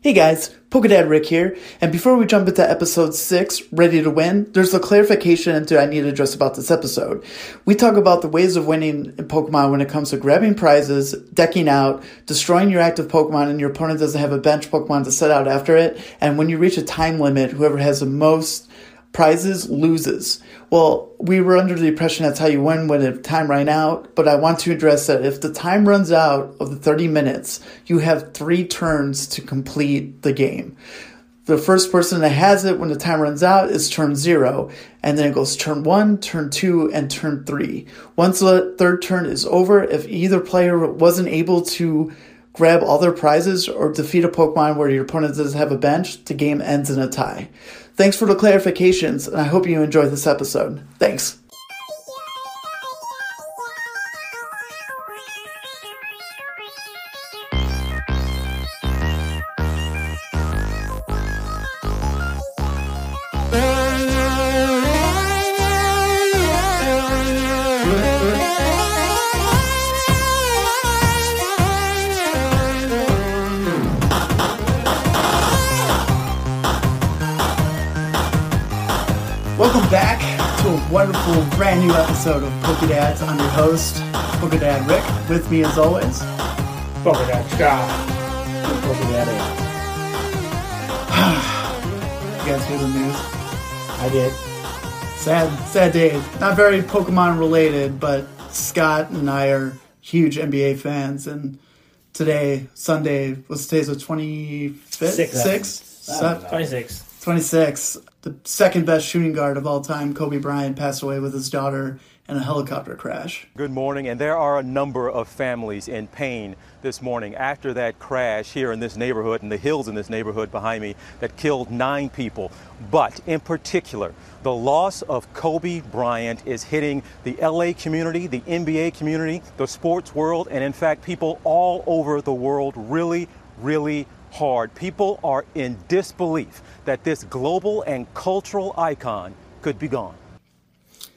Hey guys, Polkadad Rick here, and before we jump into episode 6, Ready to Win, there's a clarification that I need to address about this episode. We talk about the ways of winning in Pokemon when it comes to grabbing prizes, decking out, destroying your active Pokemon and your opponent doesn't have a bench Pokemon to set out after it, and when you reach a time limit, whoever has the most prizes loses. Well, we were under the impression that's how you win when the time ran out, but I want to address that if the time runs out of the 30 minutes, you have three turns to complete the game. The first person that has it when the time runs out is turn zero, and then it goes turn one, turn two, and turn three. Once the third turn is over, if either player wasn't able to grab all their prizes or defeat a Pokemon where your opponent doesn't have a bench, the game ends in a tie. Thanks for the clarifications, and I hope you enjoyed this episode. Thanks. Welcome back to a wonderful, brand new episode of Pokedads. I'm your host, Pokedad Rick. With me, as always, Fuck that guy. Pokedad Ed. you guys hear the news? I did. Sad, sad day. Not very Pokemon related, but Scott and I are huge NBA fans, and today, Sunday, was today's the 25th? Sixth. Sixth? Uh, Sev- 26. 26, the second best shooting guard of all time, Kobe Bryant, passed away with his daughter in a helicopter crash. Good morning, and there are a number of families in pain this morning after that crash here in this neighborhood, in the hills in this neighborhood behind me, that killed nine people. But in particular, the loss of Kobe Bryant is hitting the LA community, the NBA community, the sports world, and in fact, people all over the world really, really hard. People are in disbelief that this global and cultural icon could be gone. It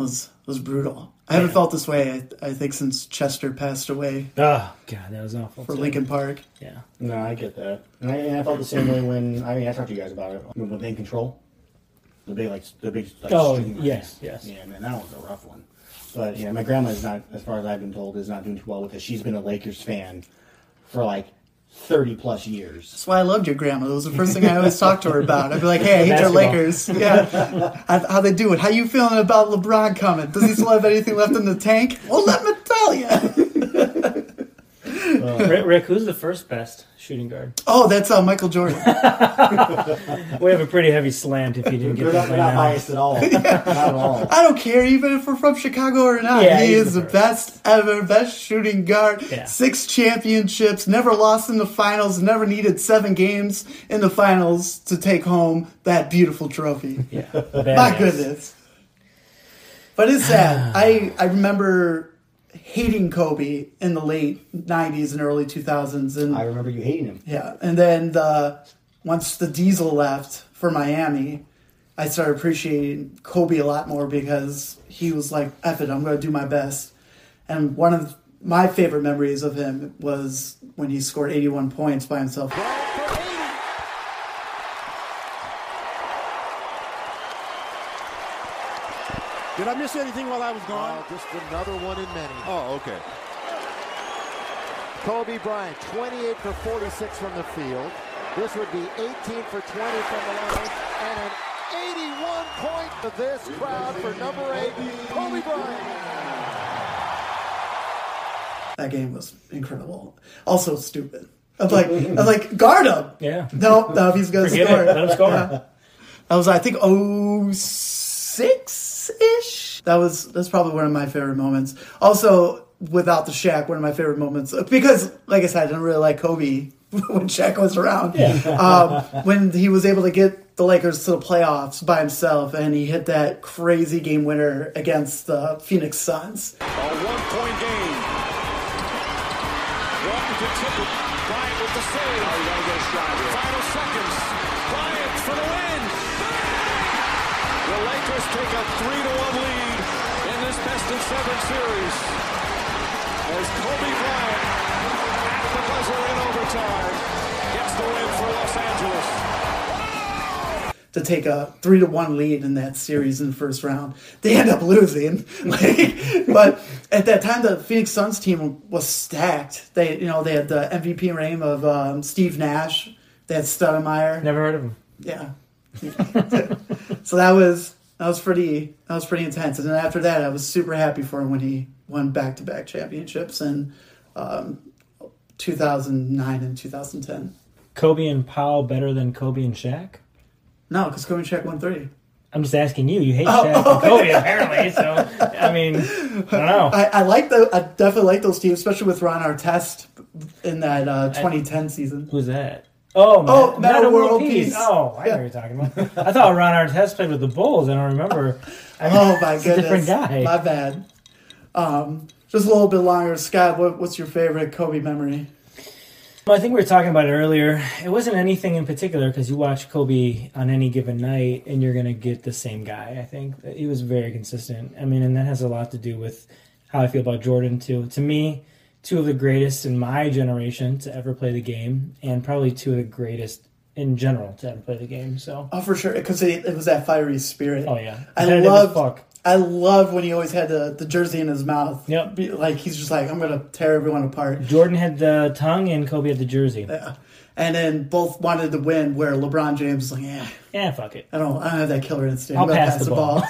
was, it was brutal. I haven't felt this way, I, I think, since Chester passed away Oh, God, that was awful. for too. Lincoln Park. Yeah. No, I get that. And I, and I felt the same way when I mean I talked to you guys about it when the big control, the big like the big. Like, Oh, streamers. yes, yes. Yeah, man, that was a rough one. But yeah, my grandma's not, as far as I've been told, is not doing too well because she's been a Lakers fan for like thirty plus years. That's why I loved your grandma. That was the first thing I always talked to her about. I'd be like, "Hey, I hate your Basketball. Lakers. Yeah, how, how they do it? How you feeling about LeBron coming? Does he still have anything left in the tank? Well, let me tell you. Rick, Rick, who's the first best shooting guard? Oh, that's uh, Michael Jordan. We have a pretty heavy slant if you didn't They're get not, that they're right not now. biased at all. not at all. I don't care even if we're from Chicago or not. Yeah, he he's is the the best ever, best shooting guard. Yeah. Six championships, never lost in the finals, never needed seven games in the finals to take home that beautiful trophy. Yeah. My Badass. goodness. But it's sad. I, I remember hating Kobe in the late 90s and early 2000s. And I remember you hating him. yeah, and then the, once the Diesel left for Miami, I started appreciating Kobe a lot more because he was like, "Eff it, I'm going to do my best." And one of my favorite memories of him was when he scored 81 points by himself. Did I miss anything while I was gone? Uh, just another one in many. Oh, okay. Kobe Bryant, 28 for 46 from the field. This would be 18 for 20 from the line, and an 81 point to this crowd for number eight, Kobe Bryant. That game was incredible. Also stupid. I'm like, I'm like, guard him. Yeah. No, no, if he's going to Forget score. it. Let him score. That was, I think, oh six ish. That was that's probably one of my favorite moments. Also, without the Shaq, one of my favorite moments because, like I said, I didn't really like Kobe when Shaq was around. um, when he was able to get the Lakers to the playoffs by himself, and he hit that crazy game winner against the Phoenix Suns. A one-point game. Walton to Tippett. Bryant with the save. Oh, you gotta get a shot here. Final seconds. Bryant for the win. The Lakers take a three-to-one lead in this best-of-seven series as Kobe Bryant at the buzzer in overtime gets the win for to take a three to one lead in that series in the first round. They end up losing. like, but at that time, the Phoenix Suns team was stacked. They, you know, they had the MVP reign of um, Steve Nash. They had Stoudemire. Never heard of him. Yeah. so that was that was pretty that was pretty intense. And then after that, I was super happy for him when he won back to back championships in um, 2009 and 2010. Kobe and Powell better than Kobe and Shaq? No, because Kobe and Shaq won three. I'm just asking you. You hate Shaq and Kobe Oh. apparently, so I mean, I don't know. I, I like the I definitely like those teams, especially with Ron Artest in that uh, 2010 season. Who's that? Oh, Matt, Oh, Matt Matt of World World Peace. Peace. Oh, I know what you're talking about. I thought Ron Artest played with the Bulls. I don't remember. I mean, Oh my it's goodness, a different guy. My bad. Um, just a little bit longer, Scott. What, what's your favorite Kobe memory? Well, I think we were talking about it earlier. It wasn't anything in particular because you watch Kobe on any given night and you're going to get the same guy. I think he was very consistent. I mean, and that has a lot to do with how I feel about Jordan, too. To me, two of the greatest in my generation to ever play the game, and probably two of the greatest in general to ever play the game. So, Oh, for sure, because it, it was that fiery spirit. oh, yeah. I Competitive as love. fuck. I love when he always had the, the jersey in his mouth. Yep. Be- like he's just like I'm gonna tear everyone apart. Jordan had the tongue and Kobe had the jersey. And then both wanted to win. Where LeBron James is like, yeah, Yeah, fuck it. I don't, I don't have that killer instinct. I'll I'm gonna pass the ball."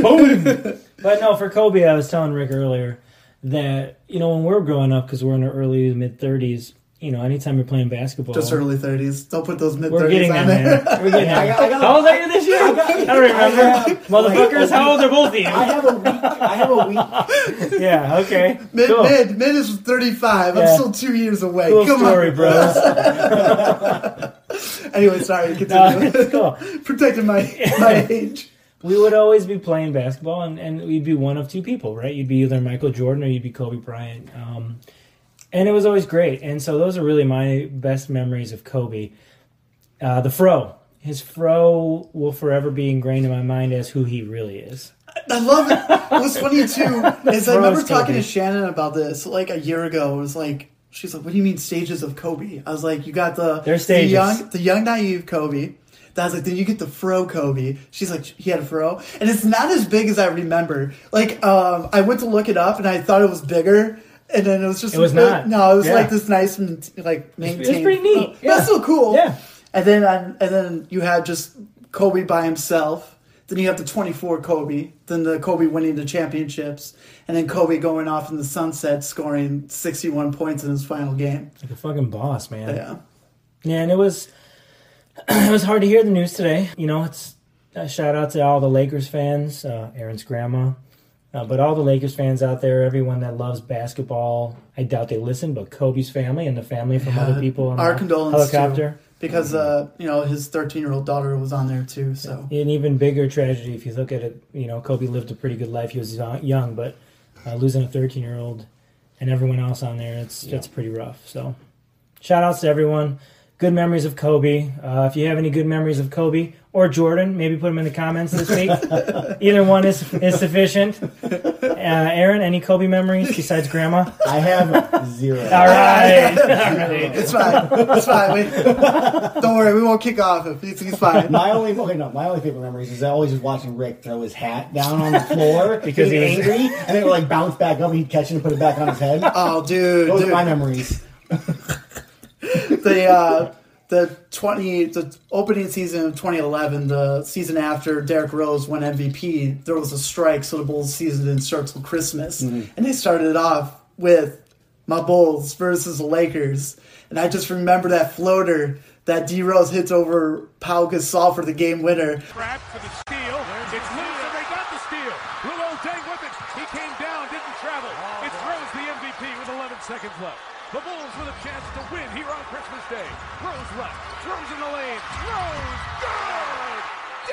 ball. But no, for Kobe, I was telling Rick earlier that you know when we're growing up because we're in our early to mid thirties. You know, anytime you're playing basketball, just early 30s. Don't put those mid we're getting 30s in on there. there. We're getting I there. got- I got- How old are you this year? I, don't remember, motherfuckers. How old are both of I you? have a week. I have a week. Yeah, okay. Mid, cool. mid, mid is 35. Yeah. I'm still two years away. Cool Come story, on. bros. Anyway, sorry. Uh, Continue. it's cool. Protecting my my age. we would always be playing basketball and, and we'd be one of two people right you'd be either michael jordan or you'd be kobe bryant um, and it was always great and so those are really my best memories of kobe uh, the fro his fro will forever be ingrained in my mind as who he really is I love it. What's funny too is I Bro, remember it's talking Kobe. to Shannon about this like a year ago. It was like she's like, "What do you mean stages of Kobe?" I was like, "You got the There's the stages. young, the young naive Kobe." That was like, then you get the fro Kobe. She's like, he had a fro, and it's not as big as I remember. Like, um, I went to look it up, and I thought it was bigger, and then it was just It was not. No, it was Yeah. like this nice and like maintained. pretty neat. Oh, Yeah. That's so cool. Yeah. And then on, and then you had just Kobe by himself. Then you have the 24 Kobe. Then the Kobe winning the championships, and then Kobe going off in the sunset, scoring 61 points in his final game. like a fucking boss man Yeah. Yeah, and it was it was hard to hear the news today. You know, it's a shout out to all the Lakers fans, uh, Aaron's grandma, uh, but all the Lakers fans out there, everyone that loves basketball. I doubt they listen, but Kobe's family and the family from other people on Our the condolences. too, helicopter. Mm-hmm. because uh, you know his 13 year old daughter was on there too. So An even bigger tragedy if you look at it. You know, Kobe lived a pretty good life. He was yo- young, but uh, losing a 13 year old and everyone else on there, it's that's pretty rough. So, shout outs to everyone. Good memories of Kobe. Uh, if you have any good memories of Kobe or Jordan, maybe put them in the comments this week. Either one is is sufficient. Uh, Aaron, any Kobe memories besides Grandma? I have zero. All right, it's fine. It's fine. We, don't worry, we won't kick off if he's, he's fine. My only okay, no, my only favorite memories is always just watching Rick throw his hat down on the floor Because he'd be he was- angry, and then it would like bounce back up, and he'd catch it and put it back on his head. Oh, dude, Those dude. are my memories. the uh, the twenty the opening season of 2011, the season after Derrick Rose won MVP, there was a strike, so the Bulls' season didn't start till Christmas, and they started off with my Bulls versus the Lakers, and I just remember that floater that D Rose hits over Pau Gasol for the game winner. Trap for the steal. It's loose and they got the steal. Little old Dang with it. He came down, didn't travel. It's Rose, the MVP, with 11 seconds left. The Bulls with a chance to win here on Christmas Day. Rose left. Rose in the lane. Rose, good!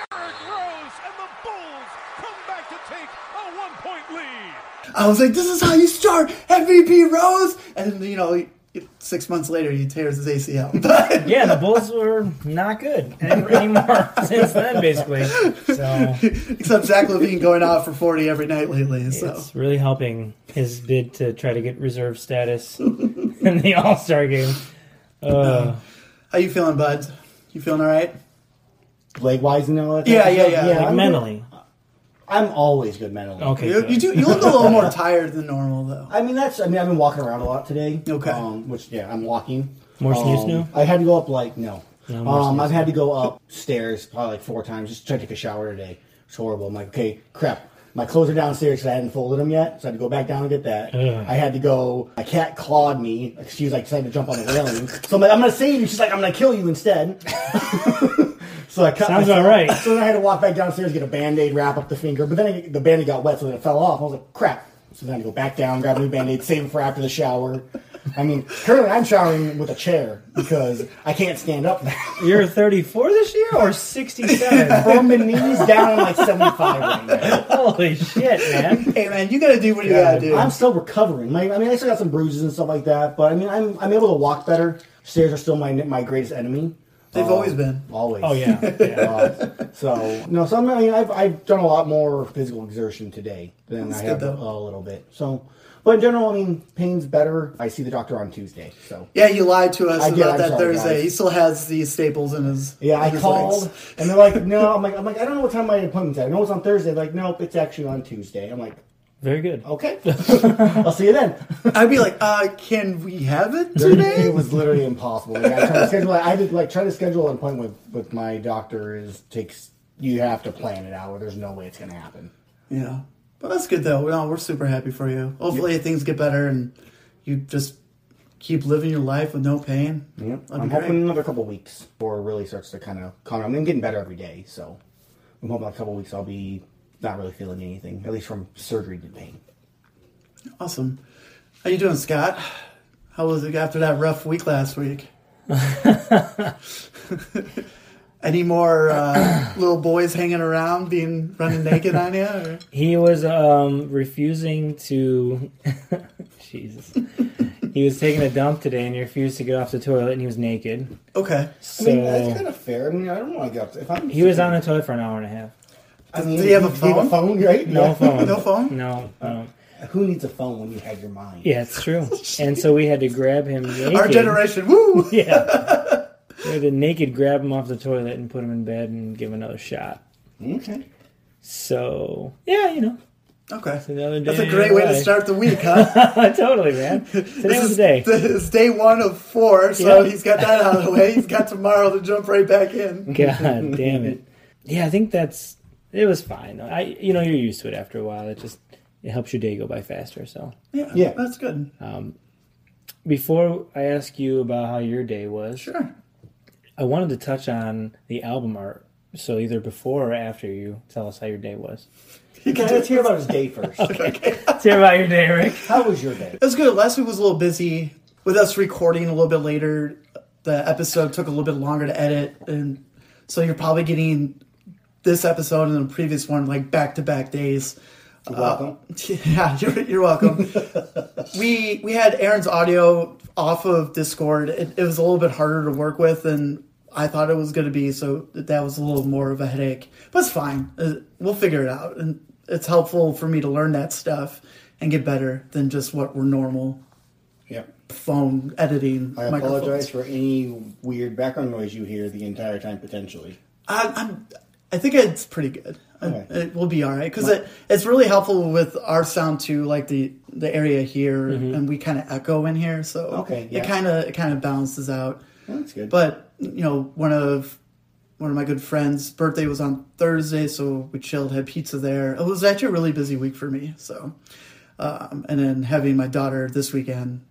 Derrick Rose and the Bulls come back to take a one-point lead. I was like, this is how you start MVP Rose, and then, you know. Six months later, he tears his ACL. But yeah, the Bulls were not good anymore since then, basically. So. except Zach Levine going out for forty every night lately. So It's really helping his bid to try to get reserve status in the All Star game. Uh, How you feeling, bud? You feeling all right? leg wise and all that. Yeah, type of yeah, stuff. yeah. like I'm mentally. good- I'm always good mentally. Okay. You, good. you do. You look a little more tired than normal, though. I mean, that's. I mean, I've been walking around a lot today. Okay. Um, which yeah, I'm walking. More um, snooze now? I had to go up like no. No, more um, snooze I've had to go upstairs probably like four times just to take a shower today. It's horrible. I'm like, okay, crap. My clothes are downstairs because I hadn't folded them yet, so I had to go back down and get that. Ugh. I had to go. My cat clawed me. She was like trying to jump on the railing, so I'm like, I'm gonna save you. She's like, I'm gonna kill you instead. so I cut Sounds myself. all right. So then I had to walk back downstairs, get a band aid, wrap up the finger. But then I, the band aid got wet, so then it fell off. I was like, crap. So then I had to go back down, grab a new band aid, save it for after the shower. I mean, currently I'm showering with a chair because I can't stand up now. You're 34 this year or 67? From the knees down, I'm like 75 right now. Holy shit, man! Hey, man, you gotta do what you gotta do. I'm still recovering. My, I mean, I still got some bruises and stuff like that, but I mean, I'm, I'm able to walk better. Stairs are still my my greatest enemy. Um, They've always been. Always. Oh yeah, yeah. Uh, so no, so I'm, I mean, I've I've done a lot more physical exertion today than I good, have though. a little bit. So, but in general, I mean, pain's better. I see the doctor on Tuesday. So Yeah, you lied to us I did, about I'm that sorry, Thursday. guys. He still has the staples in his. yeah, in I his called legs. and they're like, no, I'm like, I'm like, I don't know what time my appointment's at. I know it's on Thursday. They're like, nope, it's actually on Tuesday. I'm like, Very good. okay, I'll see you then. I'd be like, uh, can we have it it today? was literally impossible. Like, I tried to schedule. I did like try to schedule an appointment with with my doctor is takes. You have to plan it out, or there's no way it's gonna happen. yeah. But that's good, though. Well, we're super happy for you. Hopefully, things get better and you just keep living your life with no pain. Yeah, That'd I'm be hoping great. another couple weeks before it really starts to kind of calm. down. I'm getting better every day, so I'm hoping a couple weeks I'll be not really feeling anything, at least from surgery to pain. Awesome. How you doing, Scott? How was it after that rough week last week? Any more uh, little boys hanging around, being running naked on you? Or? He was um, refusing to. Jesus. He was taking a dump today and he refused to get off the toilet and he was naked. Okay, I So mean, that's kind of fair. I mean, I don't want to get up. If I'm, he was on the toilet for an hour and a half. I mean, Did he have a do you right? No Yeah. phone. No phone? No. no. Who needs a phone when you have your mind? Yeah, it's true. and so we had to grab him naked. our generation. Woo! Yeah. we had to naked grab him off the toilet and put him in bed and give him another shot. Okay. So, yeah, you know. Okay, Another day that's a in great your way to life. start the week, huh? totally, man. Today was the day. This is day one of four, so Yeah. he's got that out of the way. He's got tomorrow to jump right back in. God damn it. Yeah, I think that's it was fine. I you know you're used to it after a while. It just it helps your day go by faster. So Yeah, Yeah. that's good. before I ask you about how your day was, Sure. I wanted to touch on the album art. So either before or after you tell us how your day was. Okay, let's hear about his day first. Let's hear about your day, Rick. How was your day? It was good. Last week was a little busy with us recording a little bit later. The episode took a little bit longer to edit, and so you're probably getting this episode and the previous one like back to back days. Uh, Welcome. Yeah, you're, you're welcome. we we had Aaron's audio off of Discord. It, it was a little bit harder to work with than I thought it was going to be, so that was a little more of a headache. But it's fine. Uh, We'll figure it out, and it's helpful for me to learn that stuff and get better than just what were normal Yeah. phone editing. I microphones. apologize for any weird background noise you hear the entire time, potentially. I, I'm, I think it's pretty good. Okay. It will be all right because it, it's really helpful with our sound too, like the the area here, and we kind of echo in here, so Mm-hmm. Okay, it yeah. kind of it kind of balances out. That's good. But you know, one of one of my good friends' birthday was on Thursday, so we chilled, had pizza there. It was actually a really busy week for me. So, um, and then having my daughter this weekend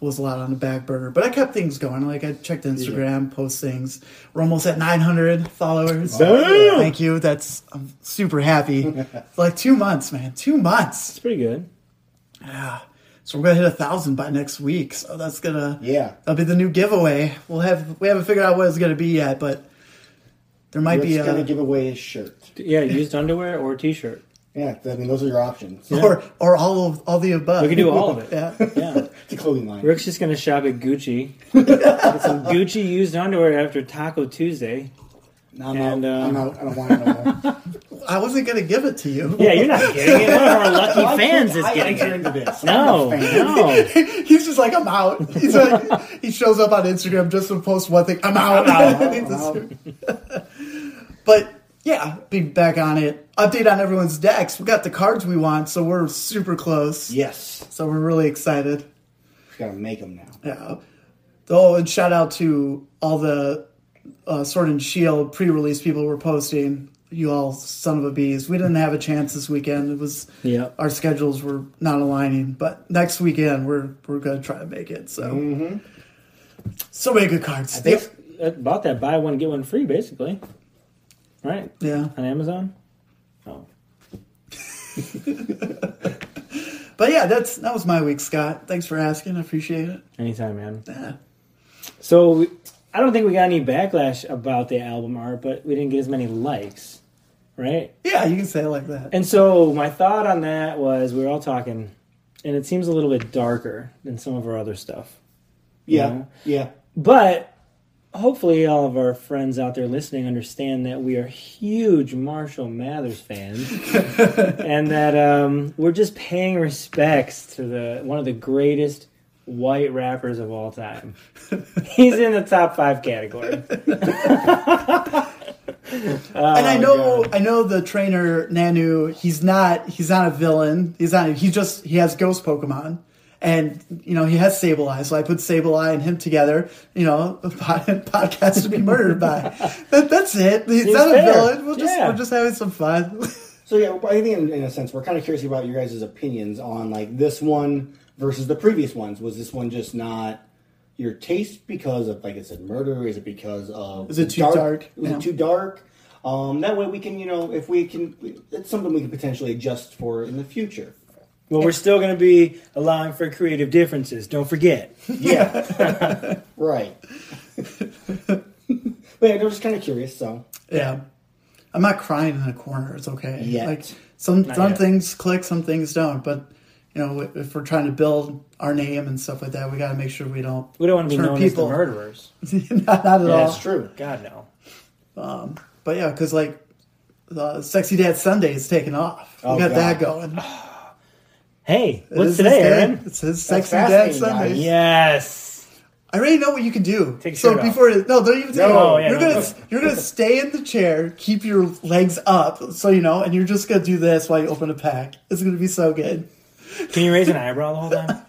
was a lot on the back burner. But I kept things going. Like I checked Instagram, post things. We're almost at 900 followers. Damn! Thank you. That's I'm super happy. It's like two months, man. Two months. It's pretty good. So we're gonna hit a thousand by next week. So that's gonna Yeah. that'll be the new giveaway. We'll have we haven't figured out what it's gonna be yet, but there might Rick's be gonna uh, a give away his shirt. Yeah, used underwear or a t-shirt. Yeah, I mean those are your options. or or all of all the above. We can do all of it. Yeah. Yeah. It's a clothing line. Rick's just gonna shop at Gucci. Get some Gucci used underwear after Taco Tuesday. No, I'm, And, out. I'm uh, out. I don't want it no more. I wasn't gonna give it to you. Yeah, you're not getting it. One of our lucky fans is I getting enter it. into this. No, I'm a fan. no. He's just like I'm out. He's like he shows up on Instagram just to post one thing. I'm out. I'm out. He's just- But yeah, be back on it. Update on everyone's decks. We got the cards we want, so we're super close. Yes. So we're really excited. Just gotta make them now. Yeah. Oh, and shout out to all the uh, Sword and Shield pre-release people were posting. You all son of a bees. We didn't have a chance this weekend. It was Yeah. our schedules were not aligning. But next weekend we're we're gonna try to make it. So so many good cards. It's about that buy one get one free basically, right? Yeah. On Amazon. Oh, But yeah, that's that was my week, Scott. Thanks for asking. I appreciate it. anytime, man. Yeah. So we- I don't think we got any backlash about the album art, but we didn't get as many likes, right? Yeah, you can say it like that. And so my thought on that was we were all talking, and it seems a little bit darker than some of our other stuff. Yeah. Yeah. Yeah. But hopefully, all of our friends out there listening understand that we are huge Marshall Mathers fans, and that um, we're just paying respects to the one of the greatest white rappers of all time. He's in the top five category. and Oh, I know I know the trainer Nanu, he's not he's not a villain. He's not he just he has ghost Pokemon. And you know, he has Sableye, so I put Sableye and him together, you know, a pod, podcast to be murdered by. That, that's it. He's not fair. a villain. We'll just Yeah. we're just having some fun. So yeah, I think in, in a sense we're kind of curious about your guys' opinions on like this one versus the previous ones. Was this one just not your taste because of like I said murder? Is it because of Is it too dark? Was Yeah. it too dark? Um, that way we can you know if we can it's something we can potentially adjust for in the future. Well, we're still going to be allowing for creative differences. Don't forget. Yeah, right. but yeah, I'm just kind of curious. So yeah. I'm not crying in a corner, it's okay. Yet. Like some some yet. things click, some things don't, but you know, if we're trying to build our name and stuff like that, we got to make sure we don't We don't want to be turn known as the murderers. not, not at all. that's true. God no. But yeah, because like uh, Sexy Dad Sunday is taking off. we got God. that going. Hey, It what's is his Oh, today, day. Aaron? It's his Sexy Dad fascinating, guys. Sunday. Yes. I already know what you can do. Take your so shirt off. before it, no, don't even take it No, off. yeah, you're no, gonna you're gonna stay in the chair, keep your legs up, so you know, and you're just gonna do this while you open a pack. It's gonna be so good. Can you raise an eyebrow the whole time?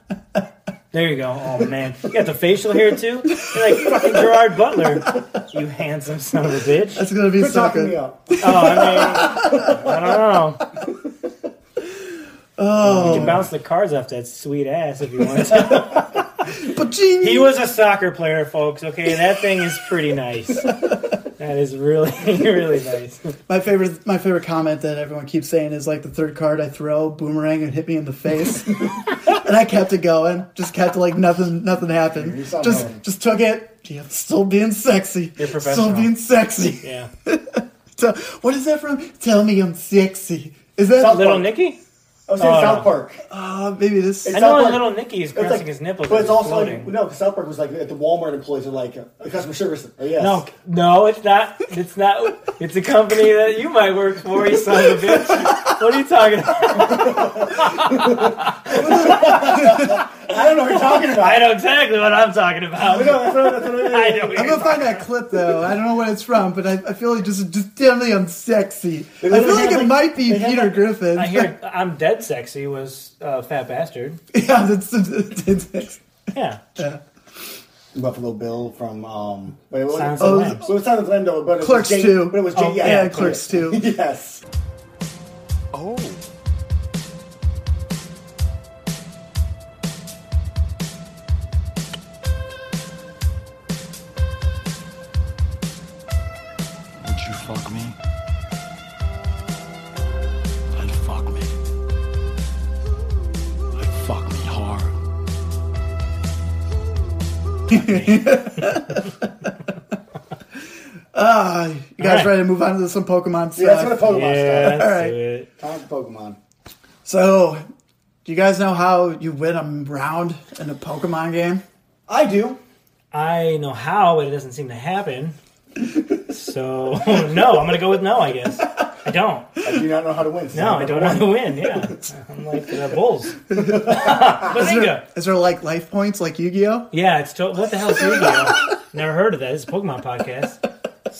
There you go. Oh man, you got the facial hair too. You're like fucking Gerard Butler. You handsome son of a bitch. It's gonna be Quit so talking me good. up. Oh, I mean, I don't know. Oh, you can bounce the cards off that sweet ass if you want to. But gee, He was a soccer player, folks. Okay, that thing is pretty nice. That is really, really nice. my favorite my favorite comment that everyone keeps saying is like the third card I throw, boomerang and hit me in the face. and I kept it going. Just kept like nothing nothing happened. saw Just nothing. just took it. Yeah, still being sexy. You're professional. still being sexy. Yeah. So, what is that from? Tell me I'm sexy. Is that Something- Little Nicky? I was in Oh, South no. Park. uh, maybe this? I South know Park. Little Nicky is It's crossing like- his nipples. But it's also floating. like, no, South Park was like at the Walmart employees are like uh, customer service. Oh, yes. No, no, it's not. It's not. It's a company that you might work for, you son of a bitch. What are you talking about? I don't know what you're talking about. I know exactly what I'm talking No, about. that's what, that's what it is. I know. what I'm you're gonna find that clip though. I don't know what it's from, but I, I feel like just just tell me I'm sexy. I feel like had, it like- might be they had, Peter like- Griffin. I hear I'm dead sexy was uh, fat bastard. yeah, that's, that's, that's- Yeah. yeah. Buffalo Bill from um. Wait, what? Silence oh, of Oh, the the- Lambs. well, it's not Orlando, but it was Clerks Jane- too. But it was Oh, Jane, yeah, yeah, Clerks too. yes. Oh. Would you fuck me? I'd fuck me. I'd fuck me hard. Ah, You guys Alright. ready to move on to some Pokemon stuff? Yeah, that's what a Pokemon Yeah. stuff. that's Alright. it. Time for Pokemon. so, do you guys know how you win a round in a Pokemon game? I do. I know how, but it doesn't seem to happen. So no, I'm gonna go with no. I guess I don't. I do not know how to win. No, I don't want to win. Yeah, I'm like the Bulls. Bazinga. Is there like life points like Yu Gi Oh? Yeah, it's to- what the hell is Yu-Gi-Oh? Never heard of that. It's a Pokemon podcast. Yes.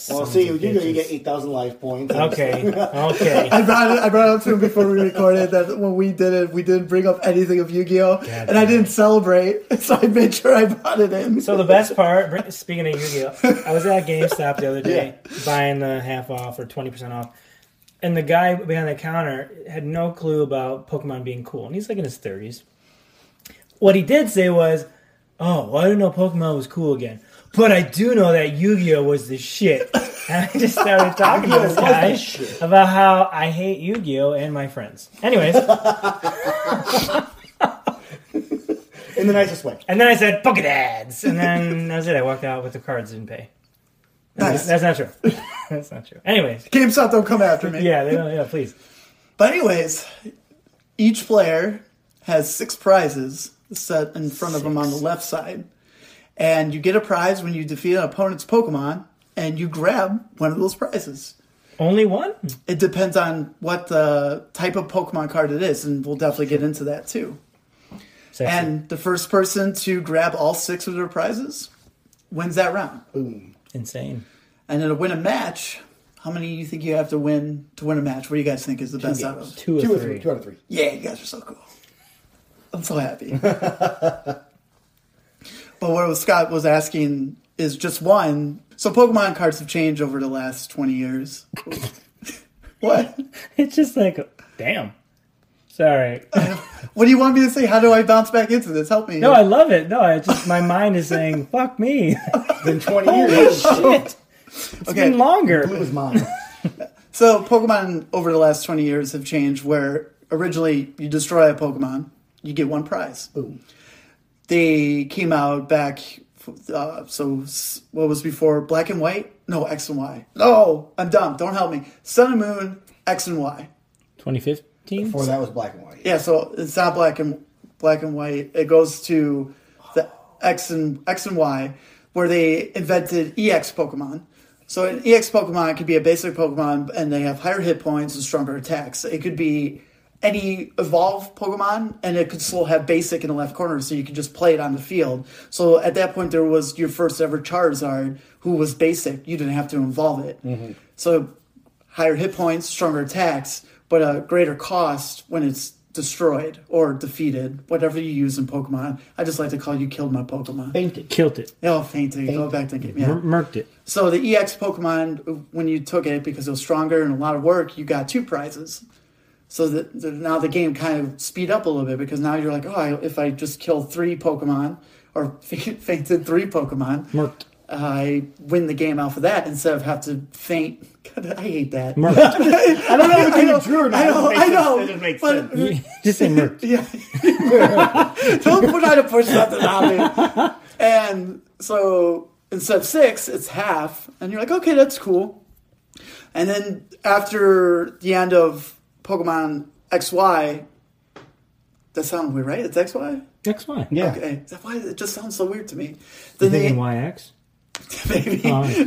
Well, see, usually you get 8,000 life points. Okay. Okay. I brought it. I brought it up to him before we recorded that when we did it, we didn't bring up anything of Yu-Gi-Oh, and I didn't celebrate, so I made sure I brought it in. So the best part, br- speaking of Yu-Gi-Oh, I was at GameStop the other day buying the half off or twenty percent off, and the guy behind the counter had no clue about Pokemon being cool, and he's like in his thirties. What he did say was, "Oh, well, I didn't know Pokemon was cool again, but I do know that Yu-Gi-Oh was the shit." And I just started talking to this guy about how I hate Yu-Gi-Oh and my friends. Anyways, In the nicest way. and then I said Pokedads, and then that was it. I walked out with the cards, didn't pay. Nice. That's not true. That's not true. Anyways, GameStop don't come after me. yeah, they don't, yeah, please. But anyways, each player has six prizes set in front of them on the left side. And you get a prize when you defeat an opponent's Pokemon and you grab one of those prizes. Only one? It depends on what the type of Pokemon card it is, and we'll definitely get into that too. Sexy. And the first person to grab all six of their prizes wins that round. insane. And then to win a match, how many you think you have to win to win a match? What do you guys think is the best out of? Two, Two or or three. three. Two out of three. Yeah, you guys are so cool. I'm so happy. but what was Scott was asking is just one. So Pokemon cards have changed over the last 20 years. what? It's just like, damn. Sorry. What do you want me to say? How do I bounce back into this? Help me. No, I love it. No, I just my mind is saying, fuck me. In 20 years, Shit. It's Okay. been longer. it was mine. So Pokemon over the last 20 years have changed where originally you destroy a Pokemon, you get one prize. They came out back, uh, so s- what was before? Black and White? No, X and Y. No, I'm dumb. Don't help me. Sun and Moon, X and Y. Twenty fifteen? Before that was black and white. Yeah, so it's not black and black and white. It goes to the X and X and Y, where they invented EX Pokemon. So an EX Pokemon could be a basic Pokemon, and they have higher hit points and stronger attacks. It could be any evolved Pokemon, and it could still have basic in the left corner, so you could just play it on the field. So at that point, there was your first ever Charizard, who was basic. You didn't have to evolve it. So higher hit points, stronger attacks, but a greater cost when it's destroyed or defeated, whatever you use in Pokemon. I just like to call you killed my Pokemon. Painted. Killed it. Oh, fainting. Go back to the game. Yeah. Merked it. So the EX Pokemon, when you took it because it was stronger and a lot of work, you got two prizes. So that that now the game kind of speed up a little bit because now you're like, oh, I, if I just kill three Pokemon or fainted three Pokemon, Merked. I win the game off of that instead of have to faint. God, I hate that. Merked. I don't know if I you know, drew or not. I know, Oh, It I doesn't make know. sense. It doesn't make but, sense. just say merked. Yeah. Don't put out a push something on me. And so instead of six, it's half. And you're like, okay, that's cool. And then after the end of Pokemon XY, that sounds weird, right? It's XY? X Y. Yeah. Okay. Is that Why, it just sounds so weird to me. You Then they, thinking Y X? maybe. Oh, you're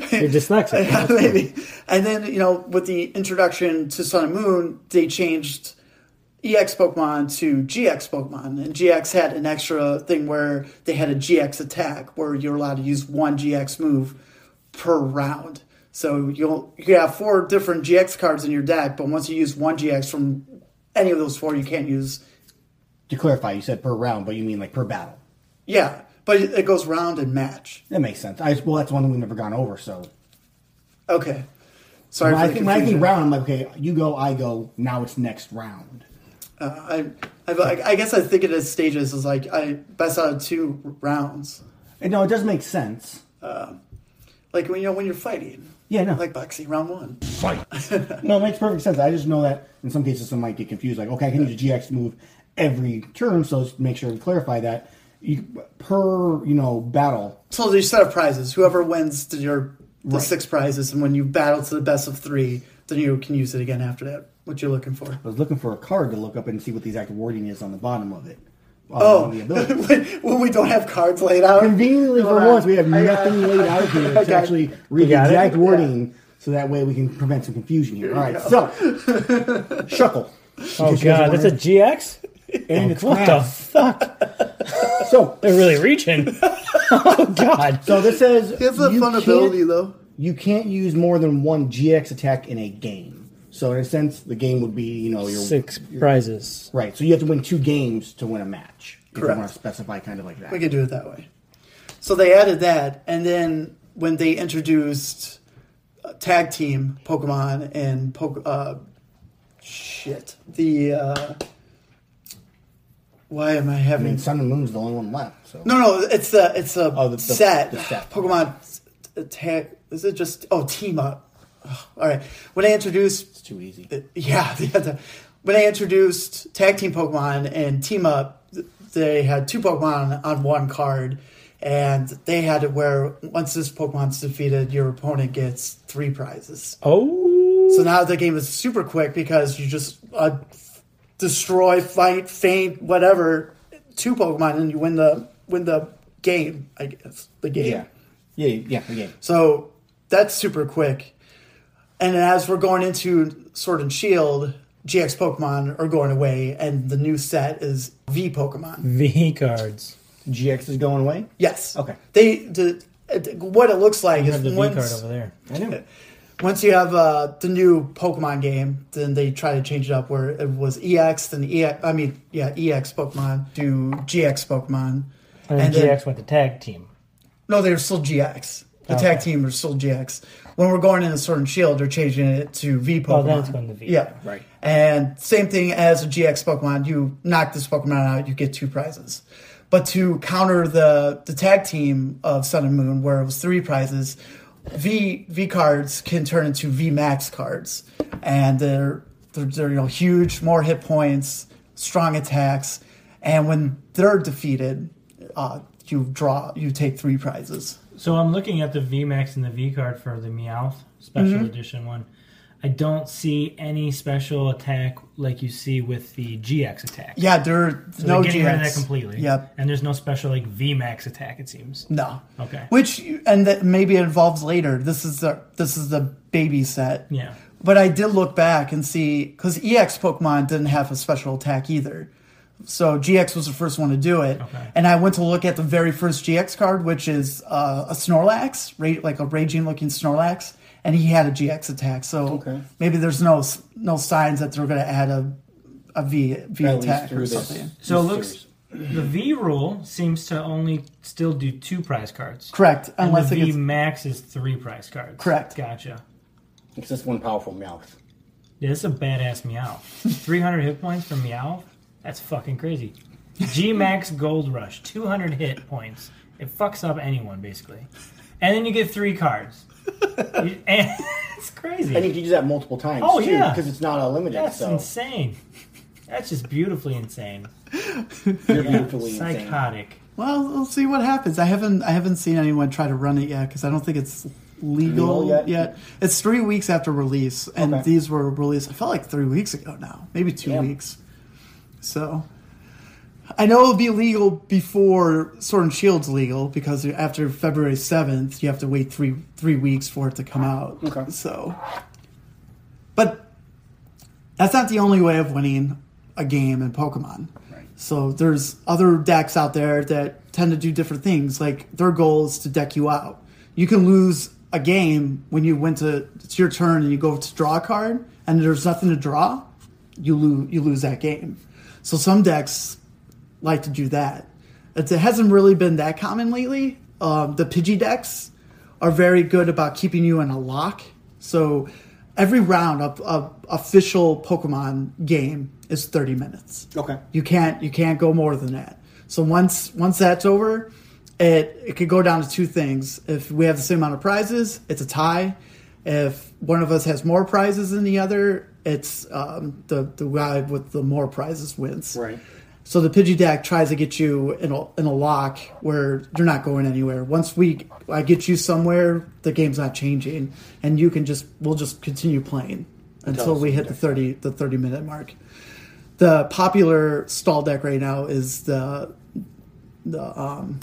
dyslexic. maybe. And then you know, with the introduction to Sun and Moon, they changed EX Pokemon to GX Pokemon, and GX had an extra thing where they had a GX attack where you're allowed to use one GX move per round. So you'll you have four different GX cards in your deck, but once you use one GX from any of those four, you can't use To clarify, you said per round, but you mean like per battle. yeah. But it it goes round and match. That makes sense. I, well, that's one we've never gone over. So Okay. Sorry. when I, for the think, when I confusion. think round, I'm like, okay, you go, I go. Now it's next round. I, I, I guess I think it as stages is like I best out of two rounds. And no, it does make sense. Like when you know when you're fighting. Yeah, no, Like boxing round one. no, it makes perfect sense. I just know that in some cases, some might get confused. Like, okay, I can use a GX move every turn, so just make sure to clarify that. You, per you know battle, So there's a set of prizes. Whoever wins the, your the Right. six prizes, and when you battle to the best of three, then you can use it again after that. What you're looking for? I was looking for a card to look up and see what the exact wording is on the bottom of it. Uh, Oh, on the ability. when we don't have cards laid out. Conveniently, for Hold on. once, we have I got- nothing laid out here I to got- actually read the got it? exact wording, so that way we can prevent some confusion here. All right, so shuckle. Oh god, that's a GX? and it's What the class. fuck? So, They're really reaching. oh god. so this says It's a you fun can't- ability though. you can't use more than one GX attack in a game. So in a sense, the game would be you know your Six prizes. right. So you have to win two games to win a match. If you Correct. want to specify kind of like that. We could do it that way. So they added that, and then when they introduced uh, tag team Pokemon and Poke, uh, shit, the uh, why am I I mean, having? Sun and Moon's the only one left. So No, no, it's the it's a Oh, the- the- set the set. Pokemon t- tag. Is it just oh team up? Ugh, all right, when I introduced it's too easy. yeah, they had the, when I introduced tag team Pokemon and team up, th- they had two Pokemon on one card, and they had it where once this Pokemon's defeated, your opponent gets three prizes. Oh, So now the game is super quick because you just uh, destroy, fight, faint, whatever, two Pokemon, and you win the win the game. I guess the game. Yeah, yeah, yeah. The game. So that's super quick. And as we're going into Sword and Shield, GX Pokemon are going away, and the new set is V Pokemon. V cards. GX is going away. Yes. Okay. They the, it- what it looks like You is have the V card once, over there. I know. once you have uh, the new Pokemon game, then they try to change it up where it was EX, then EX. I mean, yeah, EX Pokemon to GX Pokemon, And, And GX then- went to tag team. No, they're still GX. The tag team are still GX. When we're going into Sword and Shield, they're changing it to V Pokemon. Oh, that's when the V- Yeah. Right. And same thing as a GX Pokemon. You knock this Pokemon out, you get two prizes. But to counter the the tag team of Sun and Moon, where it was three prizes, V V cards can turn into V Max cards, and they're they're, they're you know huge, more hit points, strong attacks, and when they're defeated, uh, you draw you take three prizes. So I'm looking at the V Max and the V card for the Meowth special Mm-hmm. edition one. I don't see any special attack like you see with the GX attack. Yeah, they're So no they're getting GX. rid of that completely. Yep. And there's no special like V Max attack. It seems. No. Okay. Which and that maybe it evolves later. This is the this is the baby set. Yeah. But I did look back and see because EX Pokemon didn't have a special attack either. So GX was the first one to do it, Okay. and I went to look at the very first GX card, which is uh, a Snorlax, ra- like a raging looking Snorlax, and he had a GX attack. So Okay. maybe there's no s- no signs that they're going to add a a V V At least attack through or this. something. So it This looks series. the V rule seems to only still do two prize cards. Correct, And unless the it V gets Max is three prize cards. Correct. Gotcha. It's just one powerful mouth. Yeah, this is a badass meow. 300 hit points from meow? That's fucking crazy. G Max Gold Rush, 200 hit points. It fucks up anyone, basically. And then you get three cards. You- and it's crazy. And you can use that multiple times Oh, too, yeah. because it's not unlimited. That's so insane. That's just beautifully insane. you're beautifully insane. Psychotic. Well, we'll see what happens. I haven't I haven't seen anyone try to run it yet because I don't think it's legal Legal yet? It's three weeks after release, and Okay. these were released. I felt like three weeks ago now, maybe two Damn. weeks. So I know it'll be legal before Sword and Shield's legal because after February seventh, you have to wait three three weeks for it to come out. Okay. So, but that's not the only way of winning a game in Pokemon. Right. So there's other decks out there that tend to do different things. Like their goal is to deck you out. You can lose a game when you went to it's your turn and you go to draw a card and there's nothing to draw, you lose you lose that game. So some decks like to do that. It's, it hasn't really been that common lately. Um, the Pidgey decks are very good about keeping you in a lock. So every round of, of official Pokemon game is 30 minutes. Okay. You can't you can't go more than that. So once once that's over, it it could go down to two things. If we have the same amount of prizes, it's a tie. If one of us has more prizes than the other, it's um, the the guy with the more prizes wins. Right. So the Pidgey deck tries to get you in a, in a lock where you're not going anywhere. Once we I get you somewhere, the game's not changing, and you can just we'll just continue playing until we hit the thirty the thirty minute mark. The popular stall deck right now is the the um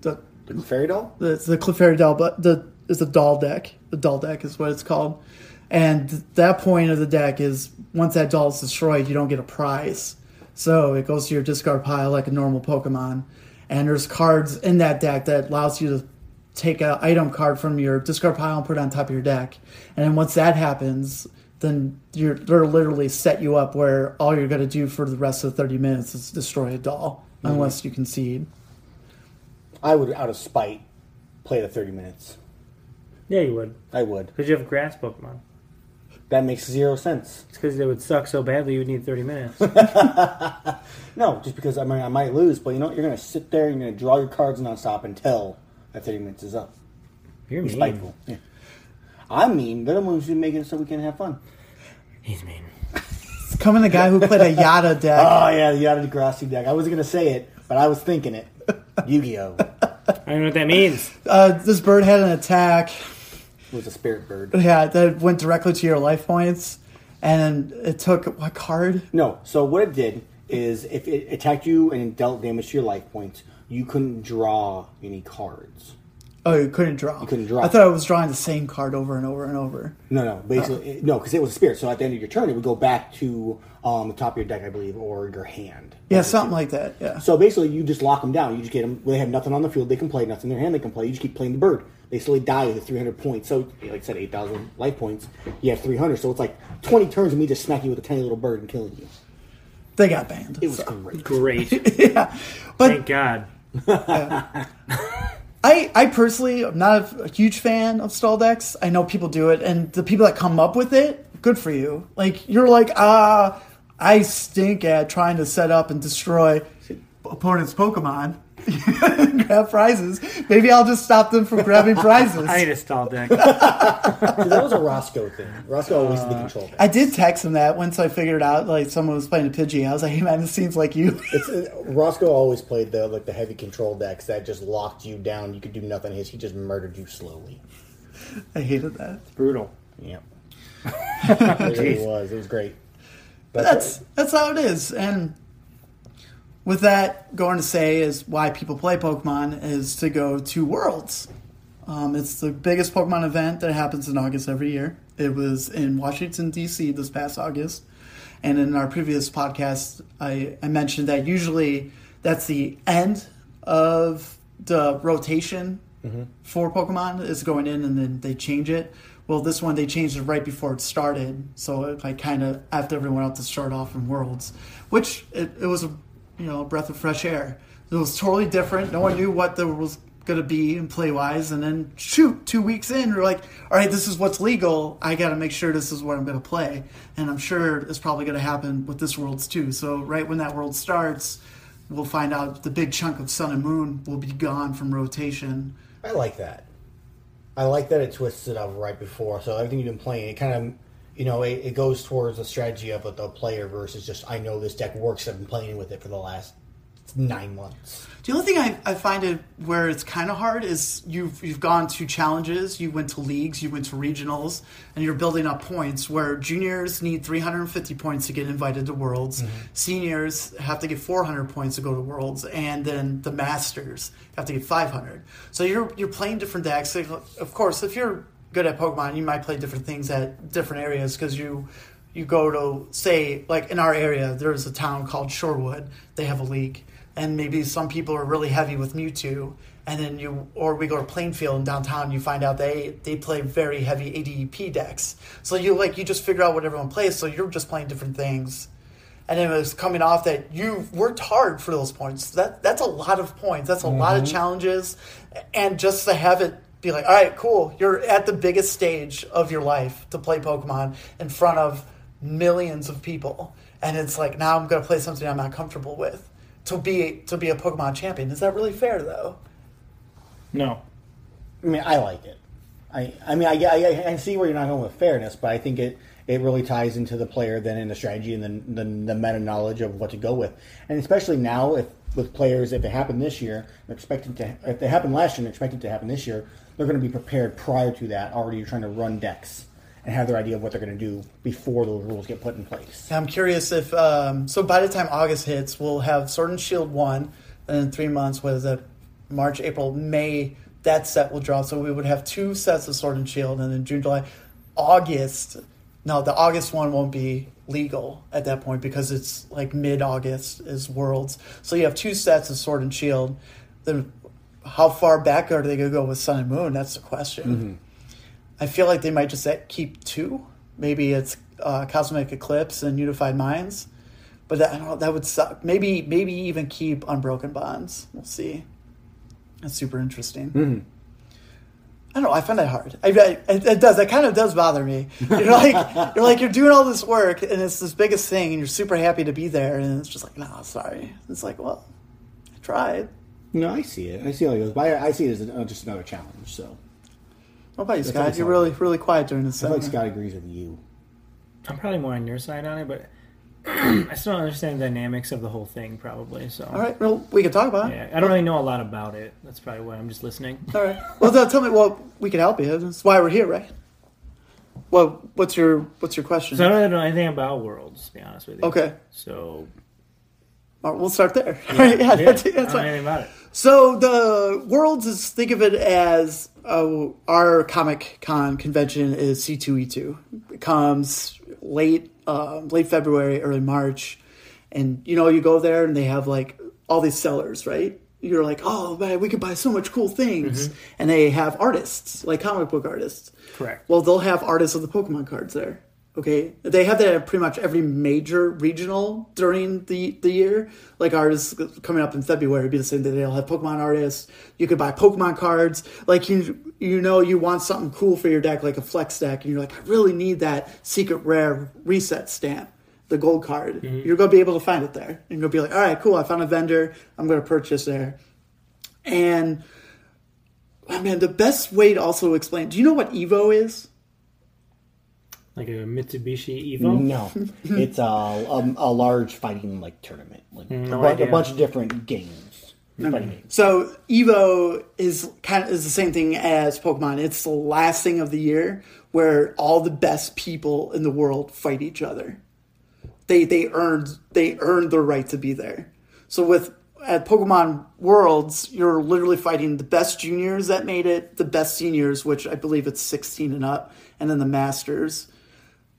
the Fairy doll. it's the Clefairy doll, but the is the doll deck. The doll deck is what it's called. And that point of the deck is once that doll is destroyed, you don't get a prize. So it goes to your discard pile like a normal Pokemon. And there's cards in that deck that allows you to take an item card from your discard pile and put it on top of your deck. And then once that happens, then you're, they're literally set you up where all you're going to do for the rest of 30 minutes is destroy a doll, unless you concede. I would, out of spite, play the 30 minutes. Yeah, you would. I would. Because you have grass Pokemon. That makes zero sense. It's because they would suck so badly you would need 30 minutes. No, just because I might, I might lose, but you know what? You're going to sit there and you're going to draw your cards nonstop until that 30 minutes is up. You're mean. Spiteful. Yeah. I mean, they're the ones who make it so we can have fun. He's mean. It's coming the guy who played a Yada deck. Oh, yeah, the Yada Degrassi deck. I wasn't going to say it, but I was thinking it. Yu Gi Oh! I don't know what that means. Uh, this bird had an attack. was a spirit bird. Yeah, that went directly to your life points. And it took what card? No, so what it did is if it attacked you and dealt damage to your life points, you couldn't draw any cards. Oh, you couldn't draw. You couldn't draw. I thought I was drawing the same card over and over and over. No, no, basically, it- no, because it was a spirit. So at the end of your turn, it would go back to um, the top of your deck, I believe, or your hand. Yeah, something like that. Yeah. So basically, you just lock them down. You just get them. They have nothing on the field. They can play nothing in their hand. They can play. You just keep playing the bird. They slowly die with 300 points. So, like I said, 8,000 life points. You have 300. So it's like 20 turns of me just smacking you with a tiny little bird and killing you. They got banned. It was great. Great. Thank But God. I, I personally am not a huge fan of stall decks. I know people do it, and the people that come up with it, good for you. Like, you're like, ah, I stink at trying to set up and destroy opponents' Pokemon. grab prizes. Maybe I'll just stop them from grabbing prizes. I need a stall deck. I See, that was a Roscoe thing. Roscoe always did the control deck. I did text him that once I figured out like someone was playing a Pidgey. I was like, "Hey man, this seems like you." It's, uh, Roscoe always played the like the heavy control decks that just locked you down. You could do nothing. His he just murdered you slowly. I hated that. Brutal. Yep. it really was. It was great. But That's that's how it is. And with that, going to say is why people play Pokemon is to go to Worlds. Um, it's the biggest Pokemon event that happens in August every year. It was in Washington D.C. this past August, and in our previous podcast, I, I mentioned that usually that's the end of the rotation for Pokemon is going in, and then they change it. Well, this one they changed it right before it started, so it like kind of after everyone else to start off in Worlds, which it, it was a you know, a breath of fresh air. It was totally different. No one knew what there was going to be in play wise. And then, shoot, two weeks in, we're like, all right, this is what's legal. I got to make sure this is what I'm going to play. And I'm sure it's probably going to happen with this Worlds too. So, right when that World starts, we'll find out the big chunk of Sun and Moon will be gone from rotation. I like that. I like that it twists it up right before. So everything you've been playing, it kind of, you know, it, it goes towards the strategy of the player versus just I know this deck works. I've been playing with it for the last nine months. The only thing I, I find it where it's kind of hard is you've you've gone to challenges, you went to leagues, you went to regionals, and you're building up points. Where juniors need 350 points to get invited to worlds, seniors have to get 400 points to go to worlds, and then the masters have to get 500. So you're you're playing different decks. Of course, if you're good at Pokemon, you might play different things at different areas because you you go to say like in our area there's a town called shorewood they have a league and maybe some people are really heavy with mewtwo and then you or we go to plainfield in downtown you find out they they play very heavy adep decks so you like you just figure out what everyone plays so you're just playing different things and it was coming off that you worked hard for those points. That that's a lot of points. That's a lot of challenges, and just to have it be like, all right, cool, you're at the biggest stage of your life to play Pokemon in front of millions of people, and it's like now I'm going to play something I'm not comfortable with to be to be a Pokemon champion. Is that really fair though? No. I mean, I like it. I, I mean, I, I, I see where you're not going with fairness, but I think it, it really ties into the player then and the strategy and then the, the meta knowledge of what to go with, and especially now if with players, if it happened this year, they're expected to. If it happened last year, and expected to happen this year, they're going to be prepared prior to that. Already trying to run decks and have their idea of what they're going to do before those rules get put in place. I'm curious if um, so. By the time August hits, we'll have Sword and Shield one, and in three months, what is that? March, April, May. That set will drop, so we would have two sets of Sword and Shield, and then June, July, August. No, the August one won't be legal at that point because it's like mid August is Worlds, so you have two sets of Sword and Shield. Then how far back are they going to go with Sun and Moon? That's the question. I feel like they might just at- keep two. Maybe it's uh, Cosmic Eclipse and Unified Minds, but that, I don't know. That would suck. Maybe maybe even keep Unbroken Bonds. We'll see. That's super interesting. Mm-hmm. I don't know. I find that hard. I, I, it, it does. That kind of does bother me. You're like you're like you're doing all this work, and it's this biggest thing, and you're super happy to be there, and it's just like, no, sorry. It's like, well, I tried. No, I see it. I see how it goes. But I, I see it as an, uh, just another challenge. So What about you, That's Scott? always You're hard. really really quiet during this. I Mm-hmm. feel like segment. Scott agrees with you. I'm probably more on your side on it, but I still don't understand the dynamics of the whole thing, probably. So, All right, well, we can talk about it. yeah, I don't really know a lot about it. That's probably why I'm just listening. All right. Well, then tell me. Well, we can help you. That's why we're here, right? Well, what's your what's your question? So I don't really know anything about worlds, to be honest with you. Okay. So All right, we'll start there. Yeah, yeah, that's, I don't that's know fine. anything about it. So the worlds is think of it as uh, our Comic Con convention is C two E two. It comes late uh, late February, early March, and you know you go there and they have like all these sellers, right? You're like, oh man, we could buy so much cool things, Mm-hmm. and they have artists like comic book artists. Correct. Well, they'll have artists of the Pokemon cards there. Okay, they have that at pretty much every major regional during the, the year. Like artists coming up in February would be the same thing. They'll have Pokemon artists. You could buy Pokemon cards. Like you you know you want something cool for your deck, like a flex deck, and you're like, I really need that secret rare reset stamp, the gold card. You're gonna be able to find it there. And you'll be like, all right, cool. I found a vendor. I'm gonna purchase there. And oh man, the best way to also explain. Do you know what Evo is? Like a Mitsubishi Evo. Mm. No, it's a, a, a large fighting like tournament, like a, No bu- a idea. bunch of different games. Fighting games. So Evo is kind of is the same thing as Pokemon. It's the last thing of the year where all the best people in the world fight each other. They they earned they earned their right to be there. So with at Pokemon Worlds, you're literally fighting the best juniors that made it, the best seniors, which I believe it's 16 and up, and then the masters.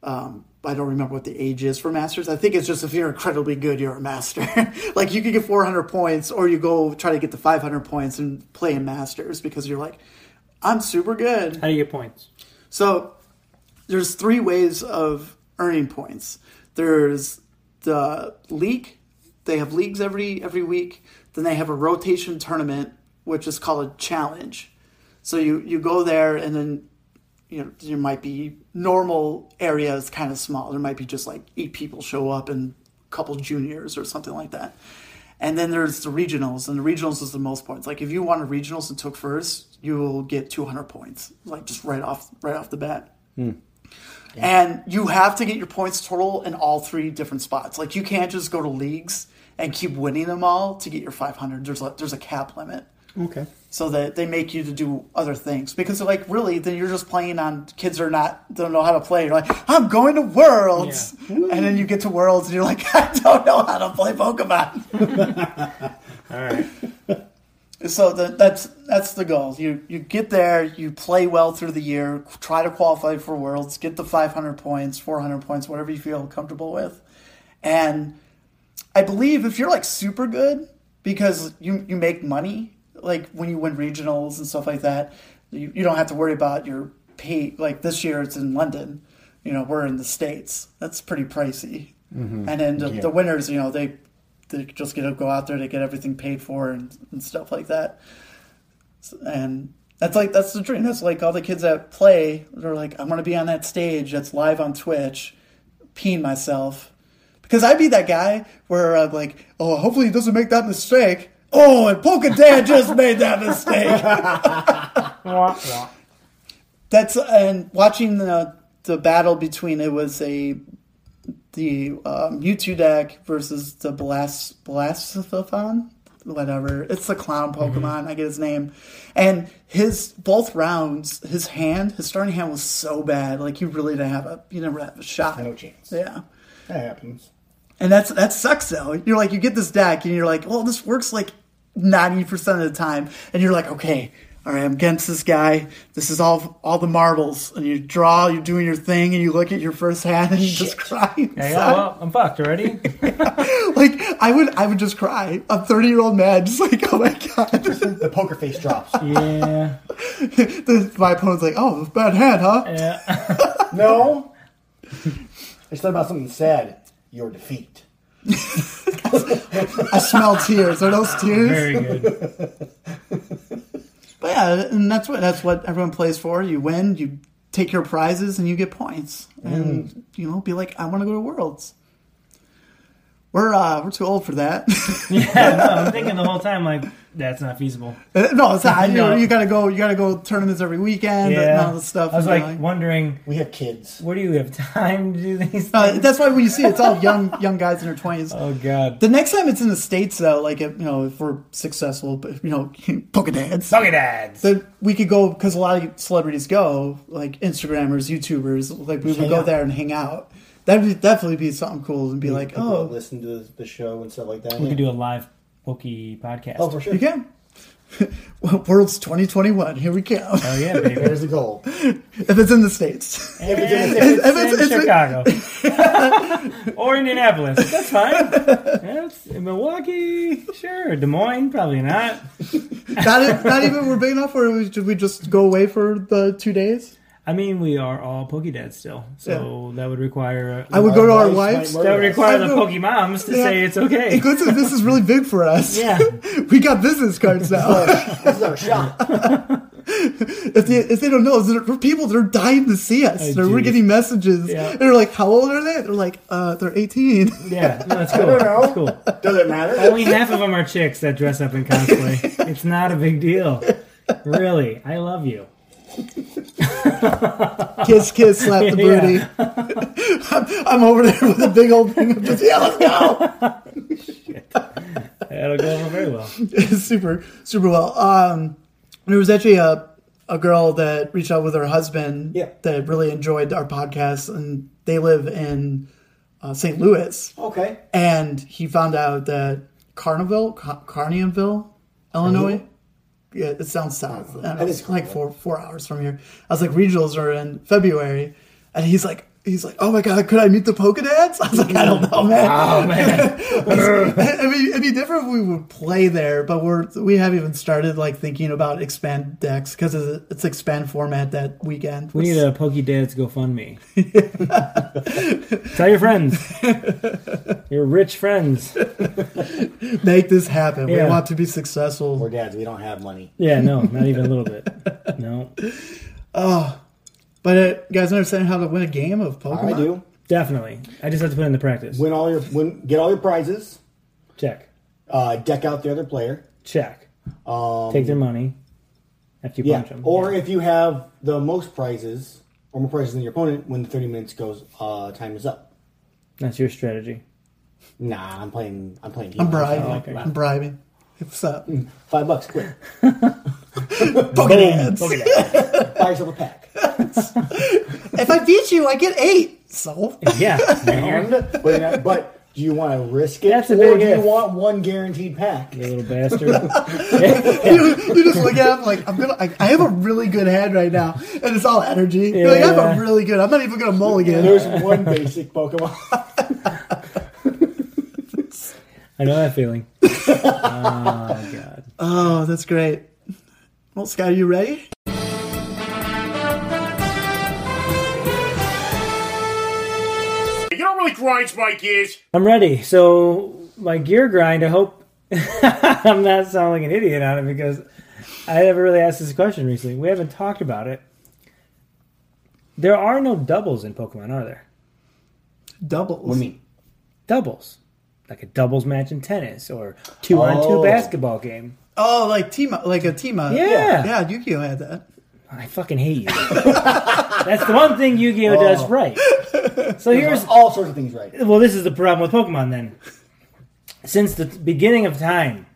Um, I don't remember what the age is for masters. I think it's just if you're incredibly good, you're a master. like you could get 400 points, or you go try to get the 500 points and play in masters because you're like, I'm super good. How do you get points? So there's three ways of earning points. There's the league. They have leagues every every week. Then they have a rotation tournament, which is called a challenge. So you you go there, and then you know there might be normal areas kind of small. There might be just like eight people show up and a couple juniors or something like that. And then there's the regionals, and the regionals is the most points. Like if you won a regionals and took first, you will get 200 points, like just right off right off the bat. And you have to get your points total in all three different spots. Like you can't just go to leagues and keep winning them all to get your 500. There's a, there's a cap limit Okay. so that they make you to do other things because like really then you're just playing on kids are not don't know how to play you're like i'm going to worlds and then you get to worlds and you're like i don't know how to play pokemon all right so the, that's that's the goal you you get there you play well through the year try to qualify for worlds get the 500 points 400 points whatever you feel comfortable with and I believe if you're like super good because you you make money like when you win regionals and stuff like that, you, you don't have to worry about your pay. Like this year, it's in London. You know, we're in the states. That's pretty pricey. And then the, the winners, you know, they they just get to go out there to get everything paid for and, and stuff like that. S- And that's like that's the dream. That's like all the kids that play. They're like, I'm gonna be on that stage that's live on Twitch, peeing myself. Because I'd be that guy where I'm like, oh, hopefully he doesn't make that mistake. Oh, and Polka Dad just made that mistake. Wah, wah. That's and watching the the battle between it was a the um, U2 deck versus the Blast Blastathon, whatever. It's the clown Pokemon. Mm-hmm. I get his name, and his both rounds, his hand, his starting hand was so bad. Like you really didn't have a you never have a shot. No chance. Yeah. That happens. And that's that sucks though. You're like you get this deck and you're like, well, this works like ninety percent of the time, and you're like, okay, all right, I'm against this guy. This is all all the marbles, and you draw. You're doing your thing, and you look at your first hand, and you just cry. Yeah, inside. yeah, well, I'm fucked already. like I would, I would just cry. A 30 year old man, just like, oh my god. the poker face drops. Yeah. my opponent's like, oh, bad hand, huh? Yeah. no. I just thought about something sad. Your defeat. I smell tears. Are those tears? Very good. But yeah, and that's what that's what everyone plays for. You win, you take your prizes, and you get points, Mm. and you know, be like, I want to go to Worlds. We're uh, we're too old for that. Yeah, no, I'm thinking the whole time like that's not feasible. no, it's not. You, know, No. you gotta go. You gotta go tournaments every weekend and all this stuff. I was you know, like wondering, We have kids. where do you have time to do these? Things? Uh, that's why when you see it, it's all young young guys in their twenties. oh god. The next time it's in the states, though, like if, you know, if we're successful, but you know, poker dads, Suck it, ads. then we could go because a lot of celebrities go, like Instagrammers, YouTubers, like we would hang go out. there and hang out. That'd be, definitely be something cool and be like, People that oh, listen to the, the show and stuff like that. We could do a live pokey podcast. oh, for sure. you can. World's 2021. Here we go. Oh, yeah, baby. There's the goal. if it's in the states, If it's in- if it's- in if it's- Chicago or Indianapolis, that's fine. That's in Milwaukee, sure. Des Moines, probably not. not, e- not even we're big enough, or we, should we just go away for the two days? I mean, we are all Pokedads still, so that would require a, I would go to our wives wives. might murder that would require the I would- Pokemoms to Yeah. say it's okay. Listen, this is really big for us. Yeah. we got business cards now. This is our shot. if they if they don't know, there are people that are dying to see us. Oh, They're- we're geez. getting messages. Yeah. And They're like, "How old are they?" They're like, "Uh, they're 18. Yeah, no, that's cool. That's cool. Does it matter? Only half of them are chicks that dress up in cosplay. It's not a big deal. Really, I love you. kiss, kiss, slap the Yeah. booty. I'm, I'm over there with a big old thing of just yeah, let's go. That'll go over very well. super, super well. Um, there was actually a a girl that reached out with her husband Yeah. that really enjoyed our podcast, and they live in uh, St. Louis. Okay. and he found out that Carnivale, Car- Carnionville, Illinois. Yeah, it sounds south. And That it's is like cool. four four hours from here. I was like, regionals are in February, and he's like, he's like, oh my god, could I meet the Pokedads? I was like, I don't know, man. Oh man, I mean, it'd be different if we would play there, but we're we haven't even started like thinking about expand decks because it's, it's expand format that weekend. we need a Pokedads GoFundMe. Tell your friends, your rich friends. make this happen. We Yeah. want to be successful. We're dads. We don't have money. Yeah, no, not even a little bit. No, But uh, you guys understand how to win a game of Pokemon? I do. definitely. I just have to put in the practice. Win all your win. Get all your prizes. Check, Uh, deck out the other player. Uh, check. Take their money after you Yeah. punch them. Or yeah. if you have the most prizes or more prizes than your opponent, when the thirty minutes goes, uh, time is up. that's your strategy. Nah, I'm playing. I'm playing. I'm Heat. bribing. Oh, okay. Mm-hmm. I'm bribing. uh, What's up? Five bucks. Quick. Oh, Pokedads. Buy yourself a pack. If I beat you, I get eight. So Yeah, man. but, but do you want to risk it, That's a or big do you if. want one guaranteed pack? you little bastard. you, you just look at him like I'm gonna. I, I have a really good hand right now, and it's all energy. You're like I have Yeah. a really good. I'm not even gonna mulligan. There's one basic Pokemon. I know that feeling. oh god. Oh, that's great. Well, Sky, are you ready? You know what really grinds my gears? I'm ready. So my gear grind. I hope I'm not sounding like an idiot on it because I never really asked this question recently. We haven't talked about it. There are no doubles in Pokemon, are there? Doubles. Doubles, like a doubles match in tennis or two on two Oh. basketball game. Oh, like team, like a team up. Yeah. yeah. Yu-Gi-Oh had that. I fucking hate you. That's the one thing Yu-Gi-Oh does right. So here's all sorts of things right. well, this is the problem with Pokemon then. Since the beginning of time,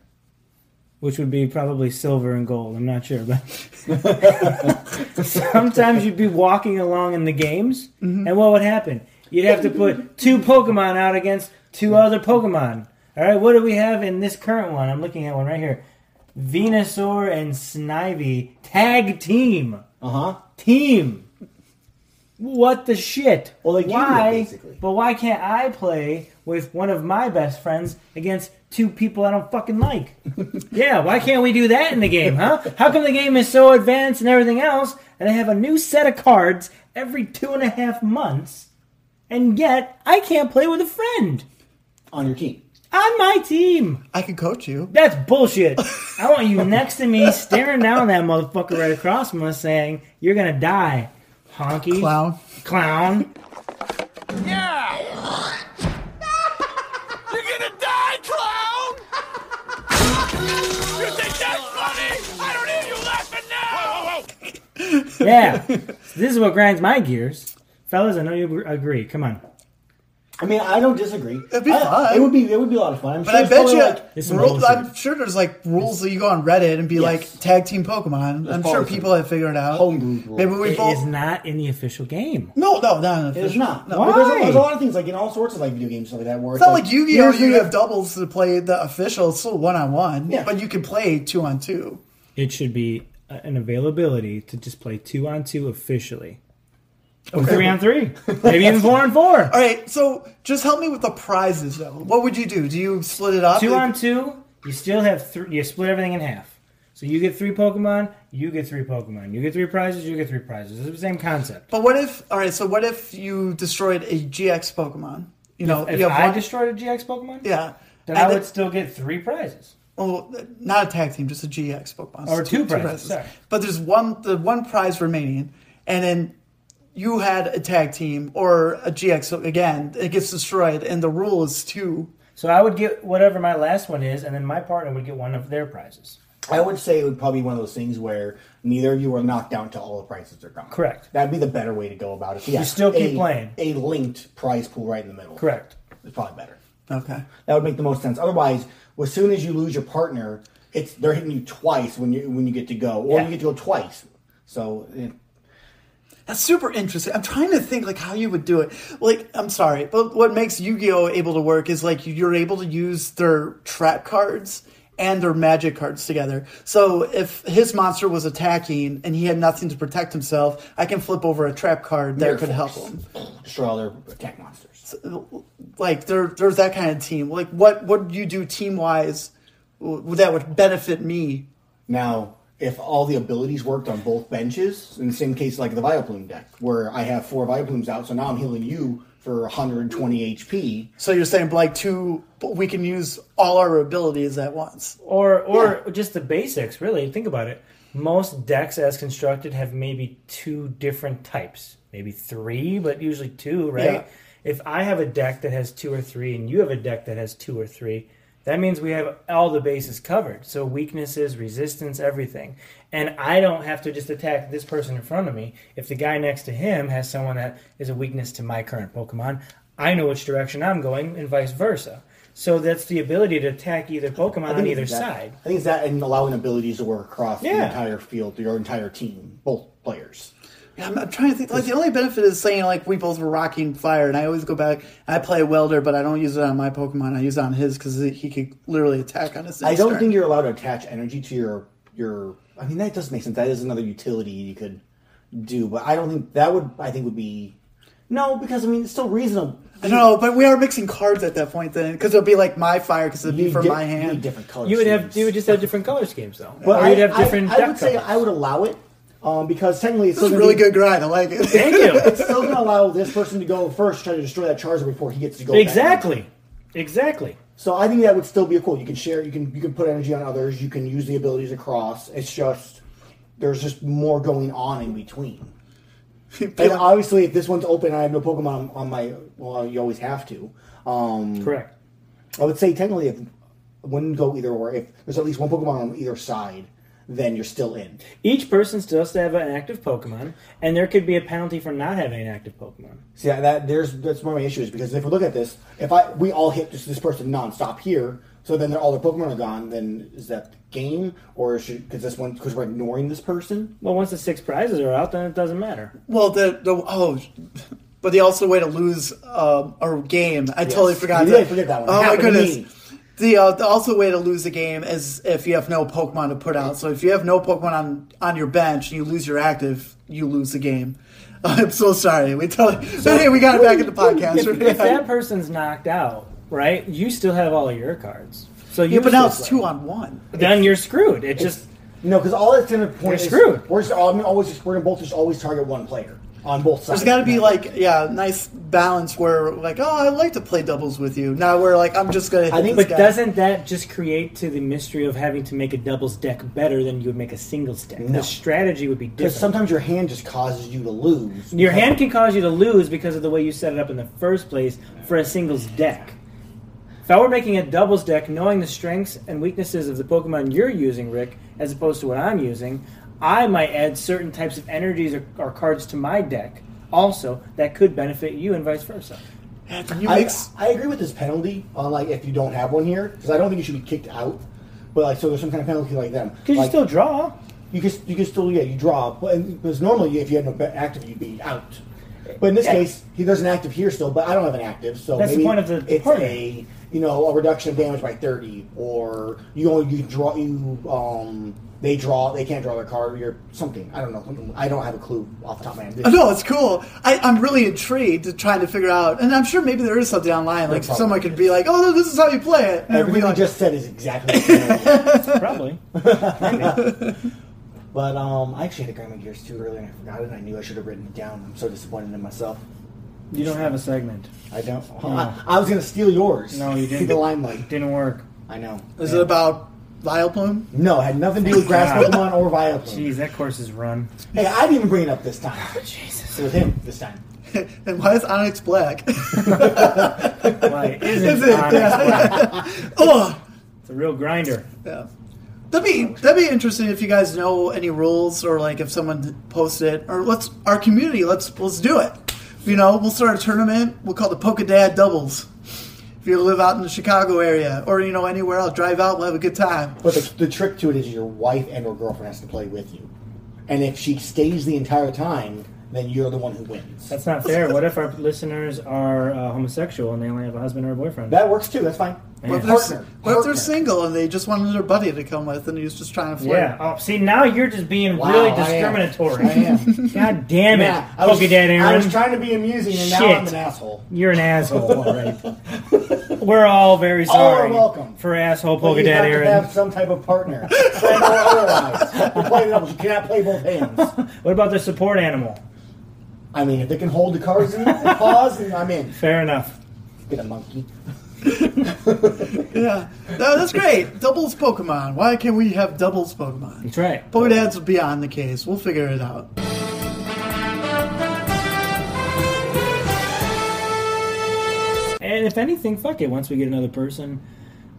which would be probably silver and gold, I'm not sure, but sometimes you'd be walking along in the games, and what would happen? You'd have to put two Pokemon out against two other Pokemon. All right, what do we have in this current one? I'm looking at one right here. Venusaur and Snivy tag team. Uh Uh-huh. huh. Team. What the shit? Well, like you were, why? basically. But why can't I play with one of my best friends against two people I don't fucking like? yeah, why can't we do that in the game, huh? How come the game is so advanced and everything else, and they have a new set of cards every two and a half months, and yet I can't play with a friend on your team? On my team. I can coach you. That's bullshit. I want you next to me, staring down that motherfucker right across from us, saying, You're gonna die, honky. Clown. Clown. Yeah! You're gonna die, clown! You think that's funny? I don't hear you laughing now! Whoa, whoa, whoa! Yeah. this is what grinds my gears. Fellas, I know you agree. Come on. I mean, I don't disagree. It'd be I- fun. It would be. It would be a lot of fun. I'm But sure I it's bet probably you, like- rule, I'm sure there's like rules that you go on Reddit and be like tag team Pokemon. I'm sure probably people have figured it out. Homebrew Maybe we It both. is not in the official game. No, no, no, no. It's not. No. But There's, a, Why? there's a lot of things like in all sorts of like video games stuff like that. Where It's not like Yu Gi Oh! here's You your- have doubles to play the official. It's still one on one, Yeah. but you can play two on two. It should be uh, an availability to just play two on two officially. Or Okay. three on three. Maybe even four on four. All right, so just help me with the prizes though. What would you do? Do you split it up? two on two, you still have three. You split everything in half. So you get three Pokemon, you get three Pokemon. You get three prizes, you get three prizes. It's the same concept. But what if? All right, so what if you destroyed a GX Pokemon? You know, if you have I one- destroyed a GX Pokemon, yeah. then And I would it- still get three prizes. Well, not a tag team, just a GX Pokemon. Or two prizes, sorry. But there's one the one prize remaining, and then you had a tag team or a GX again. It gets destroyed, and the rule is two. So I would get whatever my last one is, and then my partner would get one of their prizes. I would say it would probably be one of those things where neither of you are knocked down until all the prices are gone. Correct. That'd be the better way to go about it. So, You still keep a- playing. A linked prize pool right in the middle. Correct. It's probably better. Okay. That would make the most sense. Otherwise, as soon as you lose your partner, it's they're hitting you twice when you when you get to go, or you get to go twice. So eh, That's super interesting. I'm trying to think like how you would do it. Like, I'm sorry, but what makes Yu-Gi-Oh able to work is like you're able to use their trap cards and their magic cards together. So if his monster was attacking and he had nothing to protect himself, I can flip over a trap card that Mirror could help Force. him. destroy all their attack monsters. Like there, there's that kind of team. Like what would you do team wise that would benefit me? Now, if all the abilities worked on both benches, in the same case like the Vioplume deck, where I have four Vioplumes out, so now I'm healing you for 120 HP. So you're saying like two, but we can use all our abilities at once. Or or just the basics, really. Think about it. Most decks as constructed have maybe two different types. Maybe three, but usually two, right? Yeah. If I have a deck that has two or three and you have a deck that has two or three, that means we have all the bases covered. So weaknesses, resistance, everything. And I don't have to just attack this person in front of me. If the guy next to him has someone that is a weakness to my current Pokemon, I know which direction I'm going and vice versa. So that's the ability to attack either Pokemon on think either it's that- side. I think it's that and allowing abilities to work across the Yeah. entire field, your entire team, both players. I'm, I'm trying to think. Like the only benefit is saying like we both were rocking fire, and I always go back. I play welder, but I don't use it on my Pokemon. I use it on his because he could literally attack on his. I don't think you're allowed to attach energy to your your. I mean, that does make sense. That is another utility you could do, but I don't think that would. I think would be no, because I mean, it's still reasonable. I don't know, but we are mixing cards at that point then, because it'll be like my fire because it'd be from get- my you need hand. different colors. You would have you would just have different color schemes though. But or I, you'd have different I, I deck would say colors. I would allow it um, because technically it's This still is a gonna really be- good grind. I like it. Thank you. It's still going to allow this person to go first, try to destroy that Charizard before he gets to go. back. exactly. Exactly. So I think that would still be a cool. You can share. You can you can put energy on others. You can use the abilities across. It's just there's just more going on in between. And obviously, if this one's open, I have no Pokemon on my. Well, you always have to. Um, Correct. I would say technically, if one go either or, if there's at least one Pokemon on either side, then you're still in. Each person still has to have an active Pokemon, and there could be a penalty for not having an active Pokemon. See that, that there's that's one of my issues because if we look at this, if I we all hit this, this person nonstop here, so then all their Pokemon are gone. Then is that the game or should because this one because we're ignoring this person? Well, once the six prizes are out, then it doesn't matter. Well, the the oh, but the also way to lose um, a game. I totally forgot. You that. really forget that one. Oh my Happened to goodness. me. The, uh, the also way to lose a game is if you have no Pokemon to put out. So if you have no Pokemon on, on your bench and you lose your active, you lose the game. I'm so sorry. We tell, but hey, we got it back in the podcast. If, if that person's knocked out, right, you still have all your cards. So you yeah, but now still it's two on one. play. Then you're screwed. It just No, because all that's in the point is You're screwed. We're just, I'm always just, we're gonna both just always target one player on both sides. There's got to be like, yeah, nice balance where like, oh, I like to play doubles with you. Now we're like, I'm just gonna. Hit I think, this but guy. doesn't that just create to the mystery of having to make a doubles deck better than you would make a singles deck? No. The strategy would be different. because sometimes your hand just causes you to lose. Your hand can cause you to lose because of the way you set it up in the first place for a singles deck. If I were making a doubles deck, knowing the strengths and weaknesses of the Pokemon you're using, Rick, as opposed to what I'm using, I might add certain types of energies or, or cards to my deck also that could benefit you and vice versa. You I, mix- I agree with this penalty on like if you don't have one here because I don't think you should be kicked out. But like, so there's some kind of penalty like them Because you Like, still draw. you can you can still yeah you draw because normally if you had no ba- active you'd be out. But in this Yeah. case, he there's an active here still, but I don't have an active, so That's the maybe point of the it's tournament. a you know a reduction of damage by thirty, or you only you draw you um they draw they can't draw their card or something. I don't know. I don't have a clue off the top of my head. Oh, No, it's cool. I, I'm really intrigued to trying to figure out, and I'm sure maybe there is something online. Like There probably someone could be like, "Oh, no, this is how you play it." And Everything we I like, just said is exactly. The same. Probably. But um, I actually had a Grandma Gears too earlier and I forgot it. and I knew I should have written it down. I'm so disappointed in myself. You don't have a segment. I don't. I, I was gonna steal yours. No, you didn't. The limelight. Didn't work. I know. is it about Vileplume? No, it had nothing to do with grass God. Oh, Pokemon or Vileplume. Jeez, that course is run. Hey, I didn't even bring it up this time. Jesus. It was him this time. and why is Onyx black? Why Is isn't it? Onyx Yeah. Ugh. It's a real grinder. Yeah. That'd be that'd be interesting if you guys know any rules or like if someone posted it or let's our community let's let's do it. You know, we'll start a tournament. We'll call it the Polka Dad Doubles. If you live out in the Chicago area or you know anywhere else, drive out. We'll have a good time. But the, the trick to it is your wife and or girlfriend has to play with you, and if she stays the entire time, then you're the one who wins. That's not fair. What if our listeners are uh, homosexual and they only have a husband or a boyfriend? that works too. That's fine. What if, they're, Partner. what if they're Partner. single and they just wanted their buddy to come with and he was just trying to flirt? yeah. Oh, see, now you're just being Wow, really I am. discriminatory. I am. God damn it, Yeah, I was, Polka Dad Aaron. I was trying to be amusing, and now I'm Shit. an asshole. You're an asshole. already. We're all very All are sorry welcome. for asshole But Polka you Dad have to Aaron. have some type of partner, friend or otherwise. You play doubles. You cannot play both hands. What about the support animal? I mean, if they can hold the cards in the paws, then I'm in. Fair enough. Get a monkey. Yeah. No, that's great. Doubles Pokemon. Why can't we have doubles Pokemon? That's right. Polka Dads will be on the case. We'll figure it out. And if anything, fuck it. Once we get another person,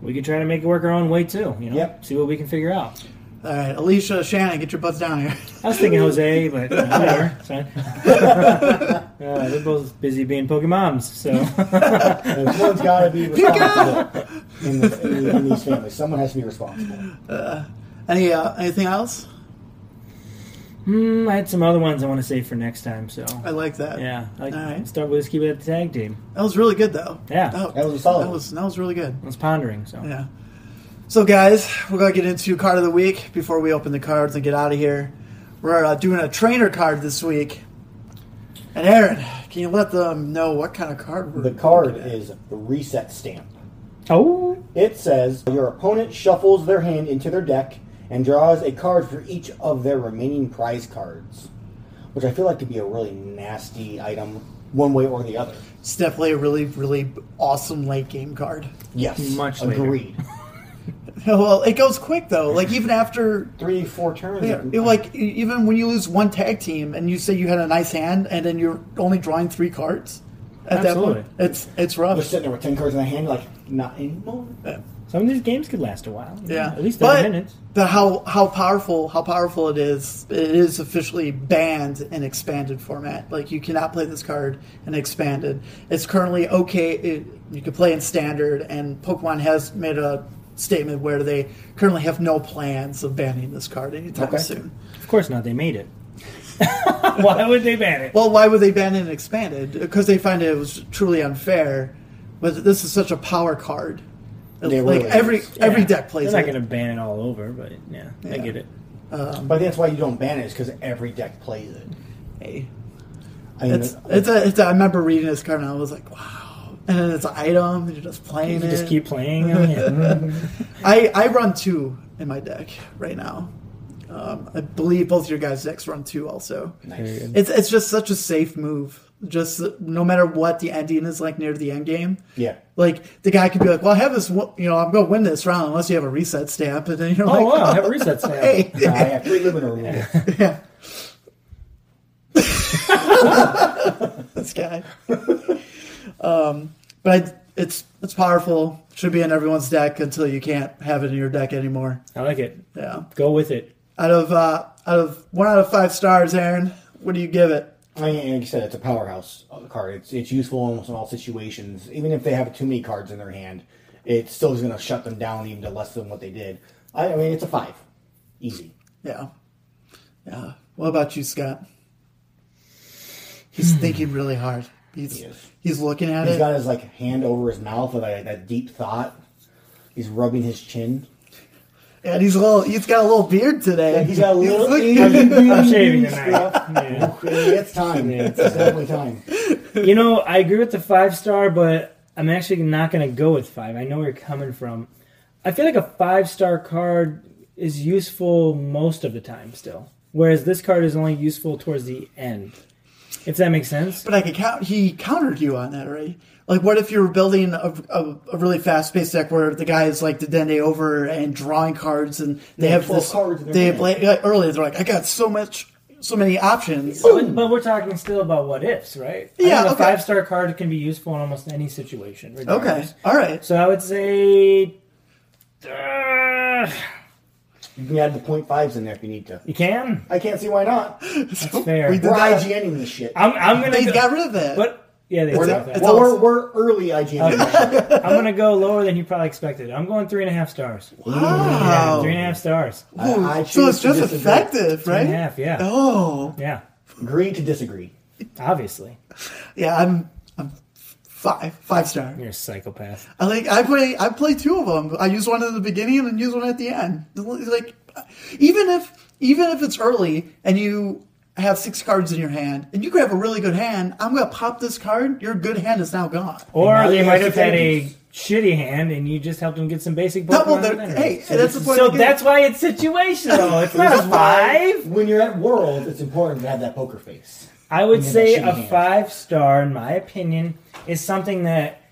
we can try to make it work our own way too. You know, Yep. see what we can figure out. All right, Alicia, Shannon, get your butts down here. I was thinking Jose, but uh, whatever. It's fine. uh, they're both busy being Pokemoms, so Someone's got to be responsible in, the, in, the, in these families. Someone has to be responsible. Any uh, anything else? Hmm, I had some other ones I want to save for next time. So I like that. yeah, like All right. start with let's keep it at the tag team. That was really good though. Oh, Yeah. That was a solid That one. was that was really good. I was pondering. So Yeah. So guys, we're gonna get into card of the week before we open the cards and get out of here. We're uh, doing a trainer card this week. And Aaron, can you let them know what kind of card we're The card is the reset stamp. oh, It says your opponent shuffles their hand into their deck and draws a card for each of their remaining prize cards, which I feel like could be a really nasty item, one way or the other. It's definitely a really really awesome late game card. Yes, Much later. agreed. well, it goes quick though. Like even after Three, four turns. Yeah, it- like e- even when you lose one tag team and you say you had a nice hand and then you're only drawing three cards at Absolutely. that point, it's it's They're rough. sitting there with ten cards in their hand, like not anymore. some of these games could last a while. you Yeah, know, at least but, thirty minutes. But how how powerful how powerful it is! It is officially banned in expanded format. Like you cannot play this card in expanded. It's currently okay. It, you can play in standard, and Pokemon has made a statement where they currently have no plans of banning this card anytime Okay. soon. Of course not. They made it. Why would they ban it? Well, why would they ban it and expand it? Because they find it was truly unfair. But this is such a power card They like really every is. every Yeah. deck plays. They're it. not going to ban it all over, but yeah, I get it. but I think that's why you don't ban it, is because every deck plays it. Hey. I mean, it's it's, a, it's a, I remember reading this card and I was like, wow. And then it's an item. And you're just playing You it. just keep playing mm. them, yeah. I I run two in my deck right now. Um, I believe both your guys' decks run two also. Nice. It's it's just such a safe move. Just no matter what the ending is like near the end game. Yeah. Like the guy could be like, "Well, I have this. one- You know, I'm going to win this round unless you have a reset stamp." And then you're Oh, like, wow, I have a reset stamp. hey. I have three limiter rules. this guy. um, but I, it's it's powerful. Should be in everyone's deck until you can't have it in your deck anymore. I like it. Yeah. Go with it. Out of uh, out of one out of five stars, Aaron, what do you give it? I mean, like you said, it's a powerhouse card. It's it's useful almost in all situations. Even if they have too many cards in their hand, it still is going to shut them down even to less than what they did. I, I mean, it's a five, easy. Yeah. Yeah. What about you, Scott? He's thinking really hard. He's he's looking at Hmm. He's it. got his like hand over his mouth with like, that deep thought. He's rubbing his chin. and he's a little he's got a little beard today. Yeah, he's got a little- looking- I'm shaving tonight. it's time. It's definitely time. you know, I agree with the five star, but I'm actually not going to go with five. I know where you're coming from. I feel like a five star card is useful most of the time still, whereas this card is only useful towards the end. If that makes sense. But I could count. He countered you on that, right? Like, what if you were building a, a, a really fast space deck where the guy is like the Dende over and drawing cards, and they Yeah, have 12 this. cards in their they hand. have, like, like, early. They're like, I got so much, so many options. Oh. But, but we're talking still about what ifs, right? I Yeah, think A okay. five star card can be useful in almost any situation. Okay, regardless. all right. So I would say. uh, You can add the point fives in there if you need to. you can. I can't see why not. That's fair. we We're did that. IGNing this shit. I'm, I'm gonna. They go- got rid of that. But yeah, they We're, did not, that. well, we're, we're early IGNing. this shit. I'm gonna go lower than you probably expected. I'm going three and a half stars. Wow. Three and a half stars. I- Ooh, I Ah, so it's choose to just disagree. effective, Three right? and a half, yeah. Oh, Yeah. Agree to disagree. Obviously. yeah. I'm, I'm five, five star. You're a psychopath. I like I play I play two of them. I use one at the beginning and use one at the end. Like even if even if it's early and you have six cards in your hand and you grab a really good hand, I'm gonna pop this card. Your good hand is now gone. Or now they you might have have to had a finish. shitty hand and you just helped them get some basic No, well, Pokemon. they're- and hey, everything. so that's this- the point so of getting- that's why it's situational. It's not a five. When you're at World, it's important to have that poker face. I would Yeah, that say shitty a hand. five star, in my opinion, is something that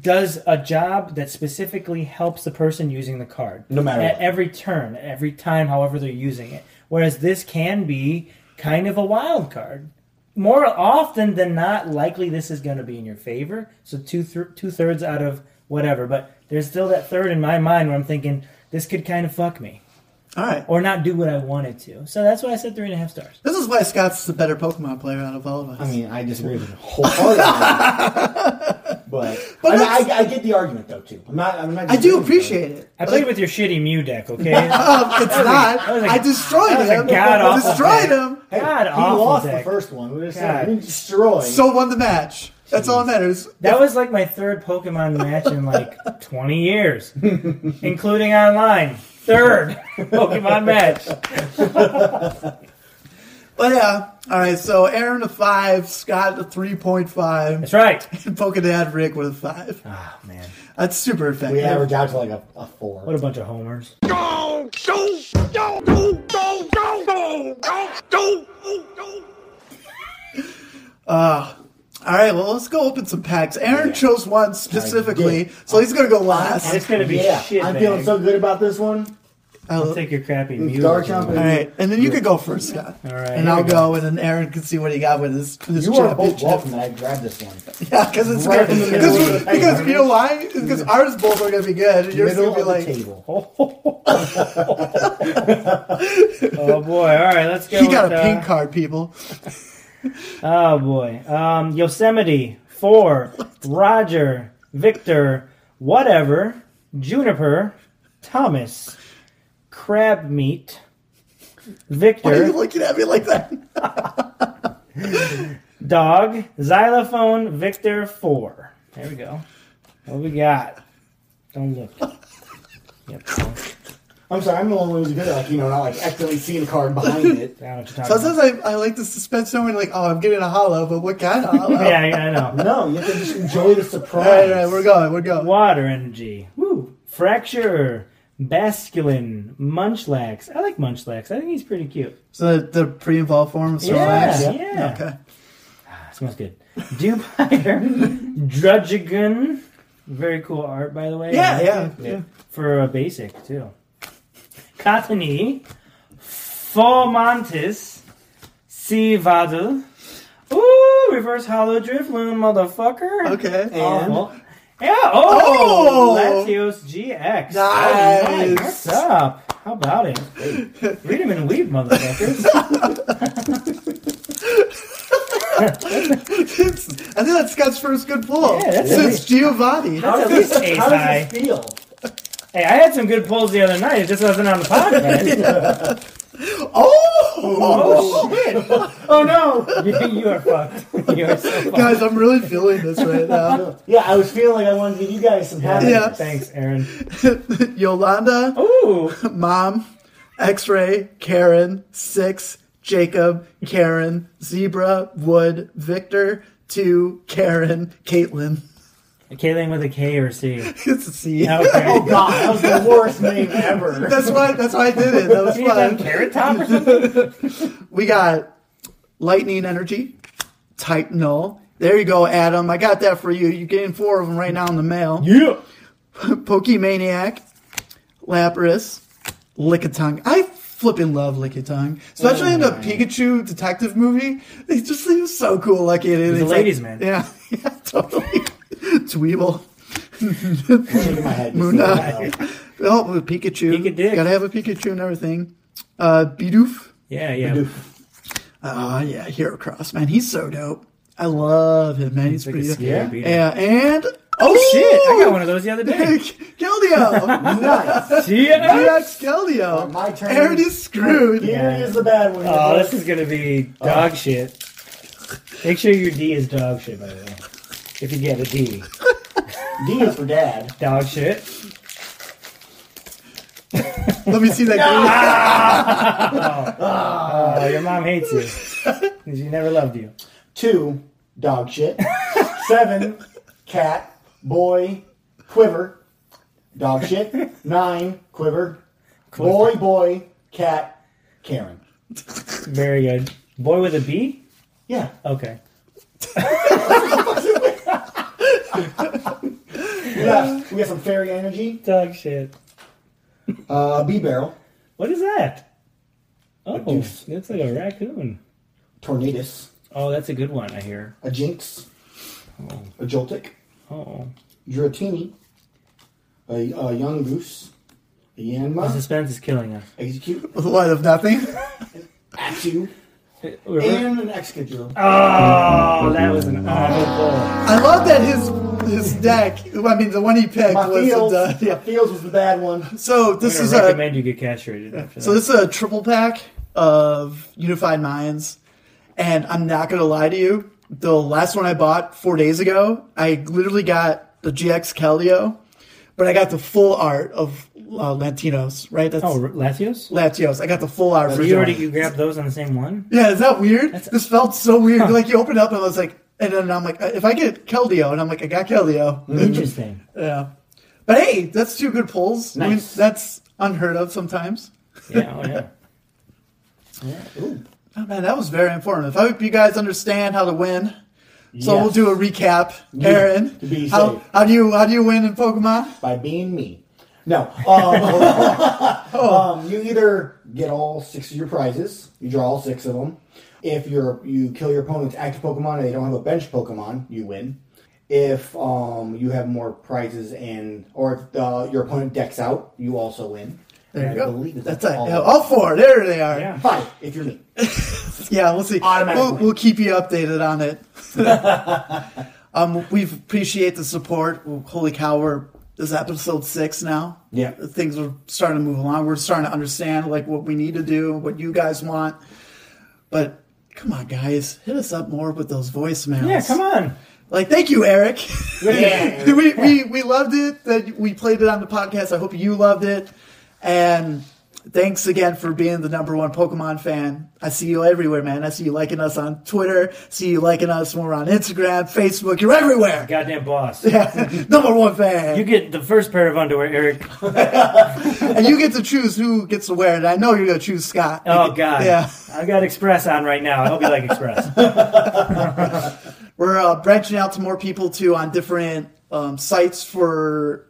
does a job that specifically helps the person using the card. No matter at what. every turn, at every time, however they're using it. Whereas this can be kind of a wild card. More often than not, likely this is going to be in your favor. So two th- two thirds out of whatever, but there's still that third in my mind where I'm thinking this could kind of fuck me All right. or not do what I wanted to. So that's why I said three and a half stars. This is why Scott's the better Pokemon player out of all of us. I mean, I disagree with it wholeheartedly. but But I, mean, that's- I, I get the argument though too. I'm not. I'm not I do disagreeing with appreciate it. I played with your shitty Mew deck, okay? Um, it's not. was a- I destroyed that was a him. god-awful Destroyed thing. him. Hey, God, he awful lost deck. the first one. We're just God. saying, destroyed. So won the match. That's all that matters. That was like my third Pokemon match in like 20 years, including online. Third Pokemon match. But yeah. All right. So Aaron a five, Scott a three point five, That's right. and Pokedad Rick with a five. Ah, man. That's super effective. we average out to like a, a What four. a bunch of homers. Go, go, go, go, go, go, go, go, go, go, go. All right, well, let's go open some packs. Aaron chose one specifically, did. so he's going to go last. It's going to be yeah, shit. I'm feeling so good about this one. I'll- Take your crappy Mew. Dark All Company. Uh, all right, and then you can go first, Scott. All right, and here I'll we go, and then Aaron can see what he got with his, with his You are both championship. welcome. that I grabbed this one. yeah, because it's Right in gonna, the middle because, of the we- because table. you know why? Because ours both are going to be good, and yours Middle going of to be the like table. Oh, boy. All right, let's go. he got with, a pink uh, card, people. Oh, boy. Um, Yosemite, Four, Roger, Victor, whatever, Juniper, Thomas, Crab Meat, Why are you Victor, looking at me like that? Dog, Xylophone, Victor, four. There we go. What we got? Don't look. yep. I'm sorry, I'm the only one who's good at like, you know, not like accidentally seeing a card behind it. Sometimes I, I like to suspend someone like, oh, I'm getting a hollow, but what kind of hollow? yeah, yeah, I know. No, you have to just enjoy the surprise. All right, all right, we're going, we're going. Water energy. Woo. Fracture. Basculin. Munchlax. I like Munchlax. I think he's pretty cute. So the, the pre-involved form of Yeah, Snorlax? yeah. Okay. Ah, smells good. Dewbiter. Drudgegon. Very cool art, by the way. Yeah, I like yeah, it. yeah. For a basic, too. Cottony. Fomantis. Seavadel. Ooh, reverse hollow driftloon, motherfucker. Okay. Awful. Yeah, oh! Oh! Latios GX. Nice. What's up? How about it? Read him and weep, motherfuckers. It's- I think that's Scott's first good pull Yeah, that's since Giovanni. That's at least ace How does high. it feel? Hey, I had some good pulls the other night. It just wasn't on the podcast. Oh! oh no, you, you are fucked. You are so fucked. guys, I'm really feeling this right now. Yeah, I was feeling like I wanted to give you guys some happiness. Yeah. Thanks, Aaron. Yolanda, Ooh, Mom, X-Ray, Karen, Six, Jacob, Karen, Zebra, Wood, Victor, Two, Karen, Caitlin. Kaylin with a K or a C. It's a C. Oh Okay. god, that was the worst name ever. That's why. That's why I did it. That was You done fun. carrot top or something? We got lightning energy, type null. There you go, Adam. I got that for you. You're getting four of them right now in the mail. Yeah. Pokemaniac, Lapras, Lickitung. I flipping love Lickitung, especially in the Oh, Pikachu detective movie. They just seem so cool. Like it is. a ladies' man. Yeah, yeah, totally. Tweeble. In my head. Mooneye. Oh, with Pikachu. Pika dick. Gotta have a Pikachu and everything. Uh, Bidoof. Yeah, yeah. Oh, yeah, Hero Cross, man. He's so dope. I love him, man. He's, Like a pretty scary dope. beetle. Yeah, and. Oh, Shit, I got one of those the other day. Keldeo! Nice. Yeah. That's Keldeo! My turn. Aaron is screwed. Here is the bad one. Oh, this is gonna be dog shit. Make sure your D is dog shit, by the way. If you get a D, D is for dad. dog shit. Let me see that. green- Oh, your mom hates you. 'Cause She never loved you. Two, dog shit. Seven, cat, boy, quiver, dog shit. Nine, quiver, boy, boy, cat, Karen. Very good. Boy with a B? Yeah. Okay. We got, we got some fairy energy, Dog shit. uh, bee barrel, What is that? Oh, deuce. that's like a raccoon. tornadoes, Oh, that's a good one, I hear. a jinx, a joltic, Oh. Giratini, a, a young goose, a The yanma, suspense is killing us. execute, what of nothing? atu, We're- and an excadrill. Oh, that was an awful pull. I love that his his deck. I mean, the one he picked My was fields, uh, my yeah. fields was the bad one. So this I'm is uh, gonna a recommend you get castrated after So that. this is a triple pack of Unified Minds, and I'm not gonna lie to you. The last one I bought four days ago, I literally got the GX Calio, but I got the full art of uh, Latinos. Right? That's Oh, Latios? Latios. I got the full art for You already already- you grabbed those on the same one? Yeah, is that weird? This felt so weird. Like you opened up and I was like, and then I'm like, if I get Keldeo, and I'm like, I got Keldeo. Mm. Interesting. Yeah. But hey, that's two good pulls. I mean, Nice. that's unheard of sometimes. Yeah, oh yeah. Oh, man, that was very informative. I hope you guys understand how to win. So Yes. we'll do a recap. Aaron, to be how, safe. how do you how do you win in Pokemon? by being me. No. Um, um, you either get all six of your prizes, you draw all six of them. If you're, you kill your opponent's active Pokemon and they don't have a bench Pokemon, you win. If um, you have more prizes and, or if uh, your opponent decks out, you also win. There I you go. believe it's That's it. all Yeah, all four. There they are. Yeah. Five, if you're me. Yeah, we'll see. Automatic We'll, win. we'll keep you updated on it. um, we appreciate the support. Holy cow, we're this is episode six now. Yeah. things are starting to move along. We're starting to understand like what we need to do, what you guys want. But Come on, guys, hit us up more with those voicemails. Yeah, come on. Like, thank you, Eric. Yeah. we, we we loved it that we played it on the podcast. I hope you loved it, and thanks again for being the number one Pokemon fan. I see you everywhere, man. I see you liking us on Twitter. See you liking us more on Instagram, Facebook. You're everywhere. Goddamn boss. Yeah, number one fan. You get the first pair of underwear, Eric. oh, and you get to choose who gets to wear it. I know you're gonna choose Scott. Oh god. Yeah. I got Express on right now. I hope you like Express. We're uh, branching out to more people too on different um, sites for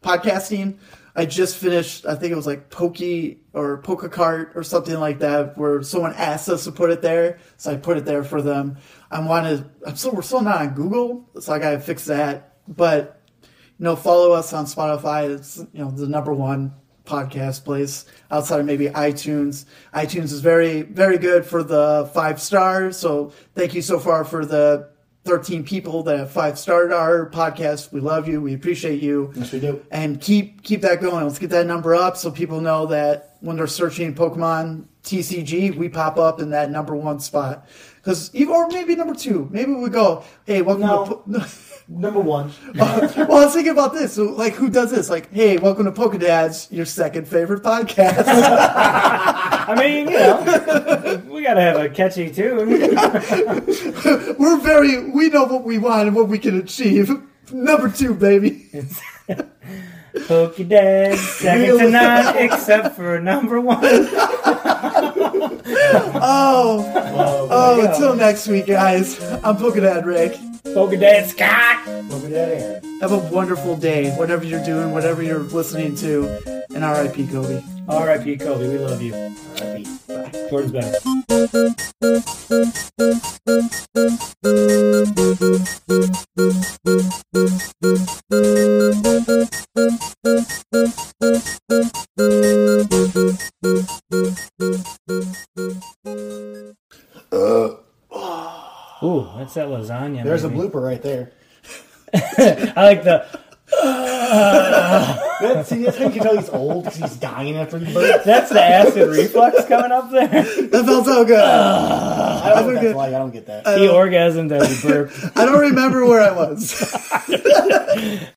podcasting. I just finished, I think it was like Pokey or Pokacart or something like that, where someone asked us to put it there, so I put it there for them. I wanted, I'm still, we're still not on Google, so I gotta fix that. But you know, follow us on Spotify. It's you know the number one podcast place outside of maybe iTunes. iTunes is very very good for the five star. So thank you so far for the 13 people that have five starred our podcast. We love you. We appreciate you. Yes, we do. And keep keep that going. Let's get that number up so people know that when they're searching Pokemon TCG, we pop up in that number one spot. Because or maybe number two. Maybe we go, hey, welcome No. to po- Number one. Uh, well, I was thinking about this. So, like, who does this? Like, hey, welcome to Poke Dads, your second favorite podcast. I mean, you know, we gotta have a catchy tune. We're very, we know what we want and what we can achieve. Number two, baby. Pokey Dad, second to none, except for number one. Oh, oh, until next week, guys. I'm Poke Dad Rick. Pokey Dad Scott. Over there. Have a wonderful day, whatever you're doing, whatever you're listening to, and RIP Kobe. R.I.P. Kobe, we love you. Happy. Jordan's back. Ooh, that's that lasagna. Uh. There's a maybe. blooper right there. I like the. That's, see, that's how you can tell he's old because he's dying after he burps. That's the acid reflux coming up there. That felt so good. I don't, know what Okay. that's like. I don't get that. He orgasmed as he burped. I don't remember where I was.